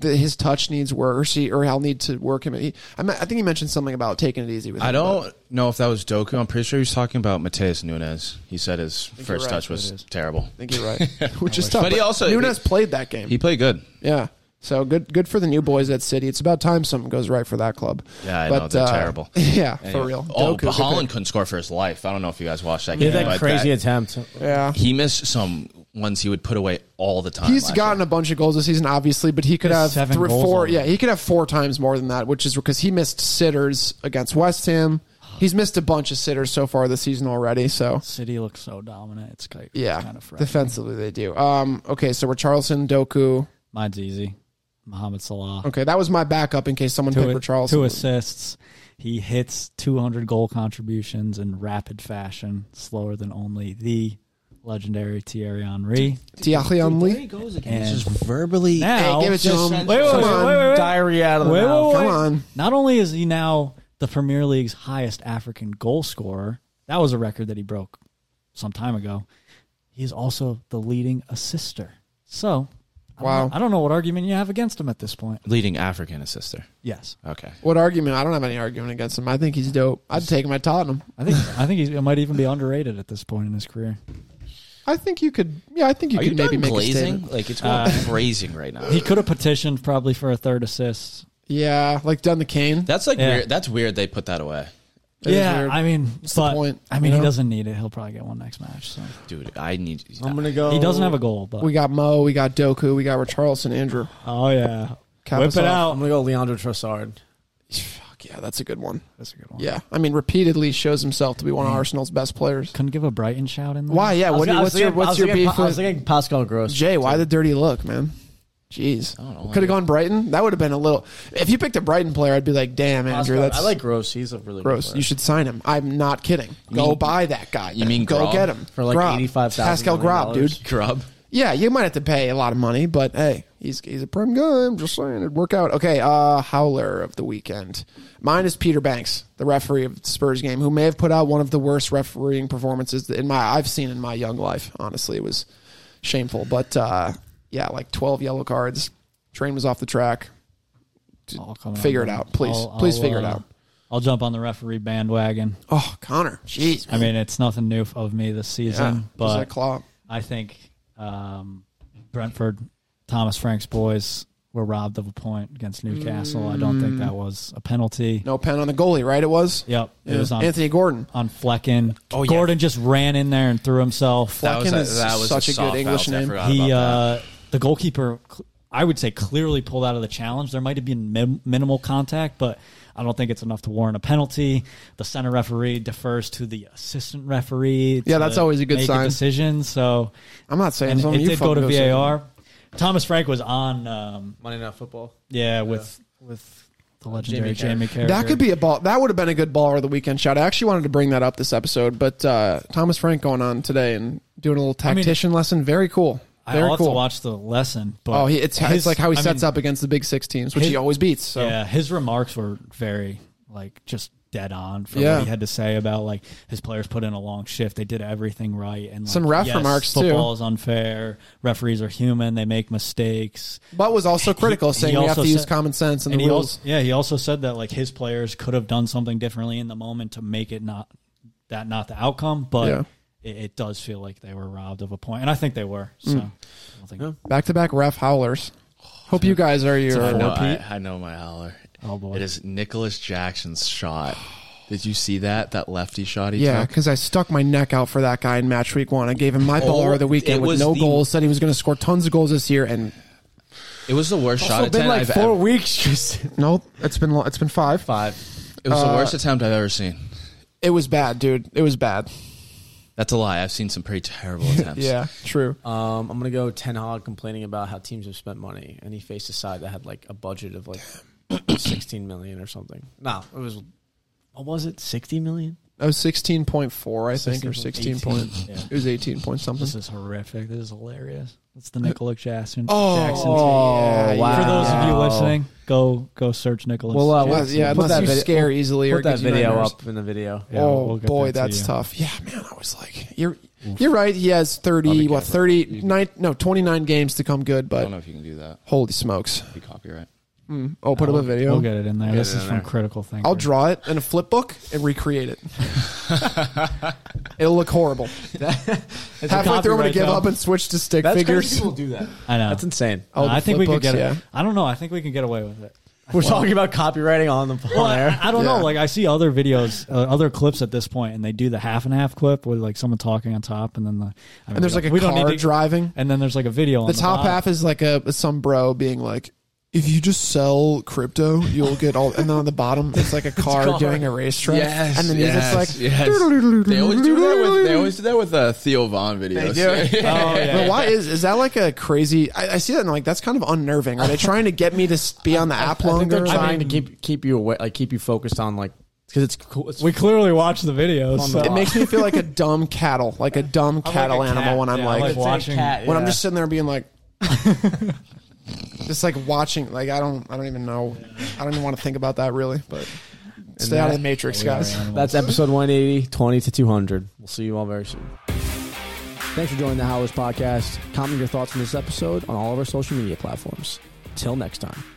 [SPEAKER 2] that his touch needs work or see or I'll need to work him? He, I, me- I think he mentioned something about taking it easy with.
[SPEAKER 4] I
[SPEAKER 2] him,
[SPEAKER 4] don't know if that was Doku. I'm pretty sure he was talking about Mateus Nunes. He said his first
[SPEAKER 2] right.
[SPEAKER 4] touch was terrible.
[SPEAKER 2] but I think you're right, which is tough.
[SPEAKER 4] But he also-
[SPEAKER 2] Nunes played that game.
[SPEAKER 4] He played good.
[SPEAKER 2] yeah. So good, good for the new boys at City. It's about time something goes right for that club.
[SPEAKER 4] Yeah, I
[SPEAKER 2] but,
[SPEAKER 4] know, they're
[SPEAKER 2] uh,
[SPEAKER 4] terrible.
[SPEAKER 2] Yeah, for
[SPEAKER 4] Anyway.
[SPEAKER 2] real.
[SPEAKER 4] Oh,
[SPEAKER 2] Doku,
[SPEAKER 4] but
[SPEAKER 2] good
[SPEAKER 4] Holland couldn't score for his life. I don't know if you guys watched that
[SPEAKER 1] He
[SPEAKER 4] game.
[SPEAKER 1] had that
[SPEAKER 4] but
[SPEAKER 1] crazy
[SPEAKER 4] that-
[SPEAKER 1] attempt.
[SPEAKER 2] pick. Yeah,
[SPEAKER 4] he missed some ones he would put away all the time.
[SPEAKER 2] He's
[SPEAKER 4] last
[SPEAKER 2] gotten
[SPEAKER 4] year.
[SPEAKER 2] a bunch of goals this season, obviously, but he could
[SPEAKER 3] He
[SPEAKER 2] have
[SPEAKER 3] has seven
[SPEAKER 2] three,
[SPEAKER 3] goals
[SPEAKER 2] four.
[SPEAKER 3] already.
[SPEAKER 2] Yeah, he could have four times more than that, which is because he missed sitters against West Ham. He's missed a bunch of sitters so far this season already. So
[SPEAKER 3] City looks so dominant. It's kind
[SPEAKER 2] yeah,
[SPEAKER 3] kind of frightening.
[SPEAKER 2] defensively they do. Um, okay, so we're Charleston Doku.
[SPEAKER 3] Mine's easy. Mohamed Salah.
[SPEAKER 2] Okay, that was my backup in case someone
[SPEAKER 3] Two,
[SPEAKER 2] picked for Charleston.
[SPEAKER 3] two assists. He hits 200 goal contributions in rapid fashion, slower than only the legendary Thierry Henry.
[SPEAKER 2] Thierry Henry.
[SPEAKER 4] goes
[SPEAKER 3] And
[SPEAKER 4] Just verbally.
[SPEAKER 3] now,
[SPEAKER 2] Hey, give it to
[SPEAKER 4] Just
[SPEAKER 2] him.
[SPEAKER 4] send-
[SPEAKER 3] Wait, wait,
[SPEAKER 2] Come
[SPEAKER 3] wait,
[SPEAKER 2] on.
[SPEAKER 3] wait, wait, wait.
[SPEAKER 1] Diary out of the
[SPEAKER 3] Wait, wait,
[SPEAKER 1] mouth.
[SPEAKER 3] wait.
[SPEAKER 2] Come on.
[SPEAKER 3] Not only is he now the Premier League's highest African goal scorer, that was a record that he broke some time ago. He's also the leading assister. So, I don't
[SPEAKER 2] Wow.
[SPEAKER 3] know- I don't know what argument you have against him at this point.
[SPEAKER 4] Leading African assister.
[SPEAKER 3] Yes,
[SPEAKER 4] Okay.
[SPEAKER 2] What argument? I don't have any argument against him. I think he's dope. I'd take him at Tottenham.
[SPEAKER 3] I think I think he's, he might even be underrated at this point in his career.
[SPEAKER 2] I think you could. Yeah, I think you
[SPEAKER 4] Are
[SPEAKER 2] could
[SPEAKER 4] you
[SPEAKER 2] maybe
[SPEAKER 4] done
[SPEAKER 2] make a
[SPEAKER 4] glazing?
[SPEAKER 2] statement.
[SPEAKER 4] like it's going grazing right now.
[SPEAKER 3] Uh, He could have petitioned probably for a third assist.
[SPEAKER 2] Yeah, like done the Kane.
[SPEAKER 4] That's like
[SPEAKER 3] Yeah.
[SPEAKER 4] weird. That's weird. They put that away,
[SPEAKER 2] That is
[SPEAKER 3] yeah,
[SPEAKER 2] weird.
[SPEAKER 3] I mean,
[SPEAKER 2] the
[SPEAKER 3] but,
[SPEAKER 2] point,
[SPEAKER 3] I mean,
[SPEAKER 2] you know?
[SPEAKER 3] he doesn't need it. He'll probably get one next match. So Oh.
[SPEAKER 4] dude. I need.
[SPEAKER 1] I'm gonna go.
[SPEAKER 3] he doesn't have a goal, but
[SPEAKER 2] we got Mo. We got Doku. We got Richarlison. Andrew.
[SPEAKER 3] oh yeah,
[SPEAKER 2] Cap
[SPEAKER 3] whip
[SPEAKER 2] us
[SPEAKER 3] it
[SPEAKER 2] off.
[SPEAKER 1] I'm
[SPEAKER 3] out.
[SPEAKER 1] gonna go Leandro Trossard.
[SPEAKER 2] Fuck yeah, that's a good one.
[SPEAKER 3] That's a good one.
[SPEAKER 2] Yeah, I mean, repeatedly shows himself to be one of Arsenal's best players.
[SPEAKER 3] Couldn't give a Brighton shout in there.
[SPEAKER 2] Why? Yeah,
[SPEAKER 1] I was
[SPEAKER 2] what,
[SPEAKER 1] gonna- I was
[SPEAKER 2] what's your
[SPEAKER 1] thinking- I
[SPEAKER 2] what's
[SPEAKER 1] was
[SPEAKER 2] your
[SPEAKER 1] thinking
[SPEAKER 2] beef
[SPEAKER 1] Pa- I was
[SPEAKER 2] with
[SPEAKER 1] thinking Pascal Gross.
[SPEAKER 2] Jay? Why the dirty look, man? Jeez,
[SPEAKER 4] don't know.
[SPEAKER 2] could have gone Brighton. That would have been a little. If you picked a Brighton player, I'd be like, damn,
[SPEAKER 1] Pascal-
[SPEAKER 2] Andrew, that's
[SPEAKER 1] I like Gross. He's a really
[SPEAKER 2] gross.
[SPEAKER 1] Good player.
[SPEAKER 2] You should sign him. I'm not kidding. Go
[SPEAKER 4] mean-
[SPEAKER 2] buy that guy.
[SPEAKER 4] you
[SPEAKER 2] then.
[SPEAKER 4] mean
[SPEAKER 2] go
[SPEAKER 4] Grob?
[SPEAKER 2] get him
[SPEAKER 1] For like
[SPEAKER 2] Grob.
[SPEAKER 1] $85,000
[SPEAKER 2] Pascal Grob, dude.
[SPEAKER 4] Grub.
[SPEAKER 2] Yeah, you might have to pay a lot of money, but hey, He's he's a prime guy. I'm just saying it'd work out. Okay, uh, howler of the weekend. Mine is Peter Banks, the referee of the Spurs game, who may have put out one of the worst refereeing performances in my I've seen in my young life. Honestly, it was shameful. But uh, yeah, like 12 yellow cards. Train was off the track.
[SPEAKER 3] I'll come on
[SPEAKER 2] Figure it
[SPEAKER 3] that.
[SPEAKER 2] out, please. Please figure it
[SPEAKER 3] uh,
[SPEAKER 2] out.
[SPEAKER 3] I'll jump on the referee bandwagon.
[SPEAKER 2] Oh, Connor, jeez,
[SPEAKER 3] I mean, it's nothing new of me this
[SPEAKER 2] yeah,
[SPEAKER 3] season,
[SPEAKER 2] just
[SPEAKER 3] but
[SPEAKER 2] that claw.
[SPEAKER 3] I think um, Brentford, Thomas Frank's boys were robbed of a point against Newcastle. I don't think that was a penalty.
[SPEAKER 2] Mm. No pen on the goalie, right? It was.
[SPEAKER 3] Yep, it
[SPEAKER 2] Yeah.
[SPEAKER 3] was on
[SPEAKER 2] Anthony Gordon.
[SPEAKER 3] on Fleckin.
[SPEAKER 4] Oh, yeah.
[SPEAKER 3] Gordon just ran in there and threw himself.
[SPEAKER 4] That was,
[SPEAKER 2] Flecken
[SPEAKER 4] a,
[SPEAKER 2] is
[SPEAKER 4] that was
[SPEAKER 2] such a good
[SPEAKER 4] soft
[SPEAKER 2] English
[SPEAKER 4] foul. I
[SPEAKER 2] name.
[SPEAKER 4] forgot
[SPEAKER 3] he,
[SPEAKER 4] about that.
[SPEAKER 3] uh, the goalkeeper, cl- I would say clearly pulled out of the challenge. There might have been min- minimal contact, but I don't think it's enough to warrant a penalty. The center referee defers to the assistant referee.
[SPEAKER 2] Yeah,
[SPEAKER 3] to
[SPEAKER 2] that's always a good
[SPEAKER 3] make
[SPEAKER 2] sign.
[SPEAKER 3] decision. So,
[SPEAKER 2] I'm not saying
[SPEAKER 3] and
[SPEAKER 2] something
[SPEAKER 3] it
[SPEAKER 2] you
[SPEAKER 3] did go to
[SPEAKER 2] fucking say.
[SPEAKER 3] VAR. Thomas Frank was on, um,
[SPEAKER 1] Monday Night Football.
[SPEAKER 3] yeah, with with the legendary
[SPEAKER 1] Jamie
[SPEAKER 3] Jamie Carragher.
[SPEAKER 2] That could be a ball. That would have been a good baller of the weekend shot. I actually wanted to bring that up this episode, but uh, Thomas Frank going on today and doing a little
[SPEAKER 3] mean-
[SPEAKER 2] tactician lesson. Very cool.
[SPEAKER 3] I
[SPEAKER 2] Very
[SPEAKER 3] also
[SPEAKER 2] cool.
[SPEAKER 3] watched the lesson, but
[SPEAKER 2] oh, he, it's,
[SPEAKER 3] his-
[SPEAKER 2] it's like how he
[SPEAKER 3] I
[SPEAKER 2] sets
[SPEAKER 3] mean,
[SPEAKER 2] up against the big six teams, which
[SPEAKER 3] his-
[SPEAKER 2] he always beats. So
[SPEAKER 3] Yeah, his remarks were very like just dead on for
[SPEAKER 2] Yeah.
[SPEAKER 3] what he had to say about like his players put in a long shift, they did everything right, and like,
[SPEAKER 2] Some ref
[SPEAKER 3] yes,
[SPEAKER 2] remarks, too.
[SPEAKER 3] Football is unfair. Referees are human; they make mistakes.
[SPEAKER 2] but was also critical,
[SPEAKER 3] he
[SPEAKER 2] saying we have
[SPEAKER 3] also
[SPEAKER 2] to use
[SPEAKER 3] said-
[SPEAKER 2] common sense and,
[SPEAKER 3] And
[SPEAKER 2] the
[SPEAKER 3] he
[SPEAKER 2] rules.
[SPEAKER 3] also, yeah, he also said that like his players could have done something differently in the moment to make it not that not the outcome, but
[SPEAKER 2] Yeah.
[SPEAKER 3] it, it does feel like they were robbed of a point, and I think they were. So
[SPEAKER 2] Mm.
[SPEAKER 3] I don't think.
[SPEAKER 2] Back to back ref howlers. Hope you guys are
[SPEAKER 4] I
[SPEAKER 2] your.
[SPEAKER 4] know,
[SPEAKER 3] Pete?
[SPEAKER 4] I, I know my howler.
[SPEAKER 3] uh, Oh, boy.
[SPEAKER 4] It is Nicholas Jackson's shot. Did you see that? That lefty shot he
[SPEAKER 2] Yeah,
[SPEAKER 4] took?
[SPEAKER 2] because I stuck my neck out for that guy in match week one. I gave him my baller
[SPEAKER 3] Oh,
[SPEAKER 2] of the
[SPEAKER 4] it
[SPEAKER 2] weekend with
[SPEAKER 4] was
[SPEAKER 2] no
[SPEAKER 4] the-
[SPEAKER 2] goals. Said he was going to score tons of goals this year, and
[SPEAKER 4] It was the worst shot
[SPEAKER 1] It's been
[SPEAKER 4] attempt
[SPEAKER 1] like
[SPEAKER 4] I've
[SPEAKER 1] four
[SPEAKER 4] ever.
[SPEAKER 1] weeks. Tristan.
[SPEAKER 2] nope, it's been lo- it's been five.
[SPEAKER 1] Five.
[SPEAKER 4] It
[SPEAKER 2] uh,
[SPEAKER 4] was the worst attempt I've ever seen.
[SPEAKER 2] It was bad, dude. It was bad.
[SPEAKER 4] That's a lie. I've seen some pretty terrible attempts.
[SPEAKER 2] Yeah, true.
[SPEAKER 1] Um, I'm gonna go Ten Hog complaining about how teams have spent money, and he faced a side that had like a budget of like 16 million or something. No, it was what was it? 60 million?
[SPEAKER 2] That was sixteen point four, I think, or
[SPEAKER 1] 16.18.
[SPEAKER 2] sixteen point. It was eighteen point something.
[SPEAKER 3] This is horrific. This is hilarious. It's the Nicholas Jackson.
[SPEAKER 2] Oh,
[SPEAKER 3] Jackson
[SPEAKER 2] yeah,
[SPEAKER 1] wow.
[SPEAKER 3] For those of you
[SPEAKER 1] Wow.
[SPEAKER 3] listening, go go search Nicholas.
[SPEAKER 1] Well, uh,
[SPEAKER 3] Jackson.
[SPEAKER 2] Oh, Well, yeah,
[SPEAKER 1] Put
[SPEAKER 2] unless
[SPEAKER 1] that
[SPEAKER 2] you
[SPEAKER 1] video-
[SPEAKER 2] scare easily or
[SPEAKER 1] Put that
[SPEAKER 2] gives you
[SPEAKER 1] video
[SPEAKER 2] nightmares.
[SPEAKER 1] up in the video.
[SPEAKER 3] Yeah,
[SPEAKER 2] oh
[SPEAKER 3] we'll get
[SPEAKER 2] boy,
[SPEAKER 3] that to
[SPEAKER 2] that's
[SPEAKER 3] you.
[SPEAKER 2] tough. Yeah, man, I was like, you're you're right. He has thirty, what thirty nine? No, twenty nine games to come good.
[SPEAKER 4] I don't
[SPEAKER 2] But
[SPEAKER 4] know if you can do that.
[SPEAKER 2] holy smokes!
[SPEAKER 4] Be copyright.
[SPEAKER 2] Oh, put up a video.
[SPEAKER 3] We'll get it in there.
[SPEAKER 4] Get
[SPEAKER 3] This
[SPEAKER 4] it
[SPEAKER 3] is
[SPEAKER 4] in
[SPEAKER 3] from
[SPEAKER 4] there.
[SPEAKER 3] Critical Thinking.
[SPEAKER 2] I'll draw it in a flip book and recreate it. It'll look horrible. Halfway through, I'm going to
[SPEAKER 3] copyright,
[SPEAKER 2] give
[SPEAKER 3] though.
[SPEAKER 2] up and switch to stick
[SPEAKER 1] That's
[SPEAKER 2] figures.
[SPEAKER 1] crazy. People do that.
[SPEAKER 3] I know.
[SPEAKER 1] That's insane.
[SPEAKER 2] Oh, the
[SPEAKER 3] I think
[SPEAKER 2] flip
[SPEAKER 3] we could
[SPEAKER 2] books,
[SPEAKER 3] get it.
[SPEAKER 2] yeah.
[SPEAKER 3] I don't know. I think we can get away with it.
[SPEAKER 1] We're talking about copywriting on the on
[SPEAKER 3] Well,
[SPEAKER 1] air.
[SPEAKER 3] I, I don't
[SPEAKER 2] Yeah.
[SPEAKER 3] know. Like I see other videos, uh, other clips at this point, and they do the half and half clip with like someone talking on top, and then the I mean, we
[SPEAKER 2] And there's like
[SPEAKER 3] don't-
[SPEAKER 2] a
[SPEAKER 3] we don't
[SPEAKER 2] car
[SPEAKER 3] need to,
[SPEAKER 2] driving.
[SPEAKER 3] and then there's like a video. on
[SPEAKER 2] The
[SPEAKER 3] the
[SPEAKER 2] top
[SPEAKER 3] bottom.
[SPEAKER 2] half is like a some bro being like, if you just sell crypto, you'll get all. And then on the bottom, it's like a car,
[SPEAKER 1] car.
[SPEAKER 2] doing a racetrack.
[SPEAKER 4] Yes,
[SPEAKER 2] and the
[SPEAKER 4] yes,
[SPEAKER 2] music's like,
[SPEAKER 4] yes. They always do that with they always do that with uh, Theo Vaughn videos.
[SPEAKER 1] do.
[SPEAKER 3] Oh yeah.
[SPEAKER 2] But why is is that like a crazy? I, I see that and I'm like that's kind of unnerving. Are they trying to get me to s- be on the app
[SPEAKER 1] I think
[SPEAKER 2] longer?
[SPEAKER 1] they're trying
[SPEAKER 3] mean-
[SPEAKER 1] to keep keep you away, like keep you focused on like because it's cool. It's
[SPEAKER 3] we clearly watch the videos.
[SPEAKER 1] On the
[SPEAKER 3] so-
[SPEAKER 2] it makes me feel like a dumb cattle, like a dumb
[SPEAKER 3] like
[SPEAKER 2] cattle
[SPEAKER 3] a cat.
[SPEAKER 2] animal when I'm
[SPEAKER 3] Yeah, I
[SPEAKER 2] like,
[SPEAKER 3] like
[SPEAKER 1] It's like
[SPEAKER 3] watching-
[SPEAKER 1] cat,
[SPEAKER 2] when I'm
[SPEAKER 1] yeah.
[SPEAKER 2] just sitting there being like, just like watching. Like I don't, I don't even know. I don't even want to think about that really. But stay out of the matrix, guys.
[SPEAKER 1] That's episode 180, 20 to 200. We'll see you all very soon. Thanks for joining the Howlers Podcast. Comment your thoughts on this episode on all of our social media platforms. Till next time.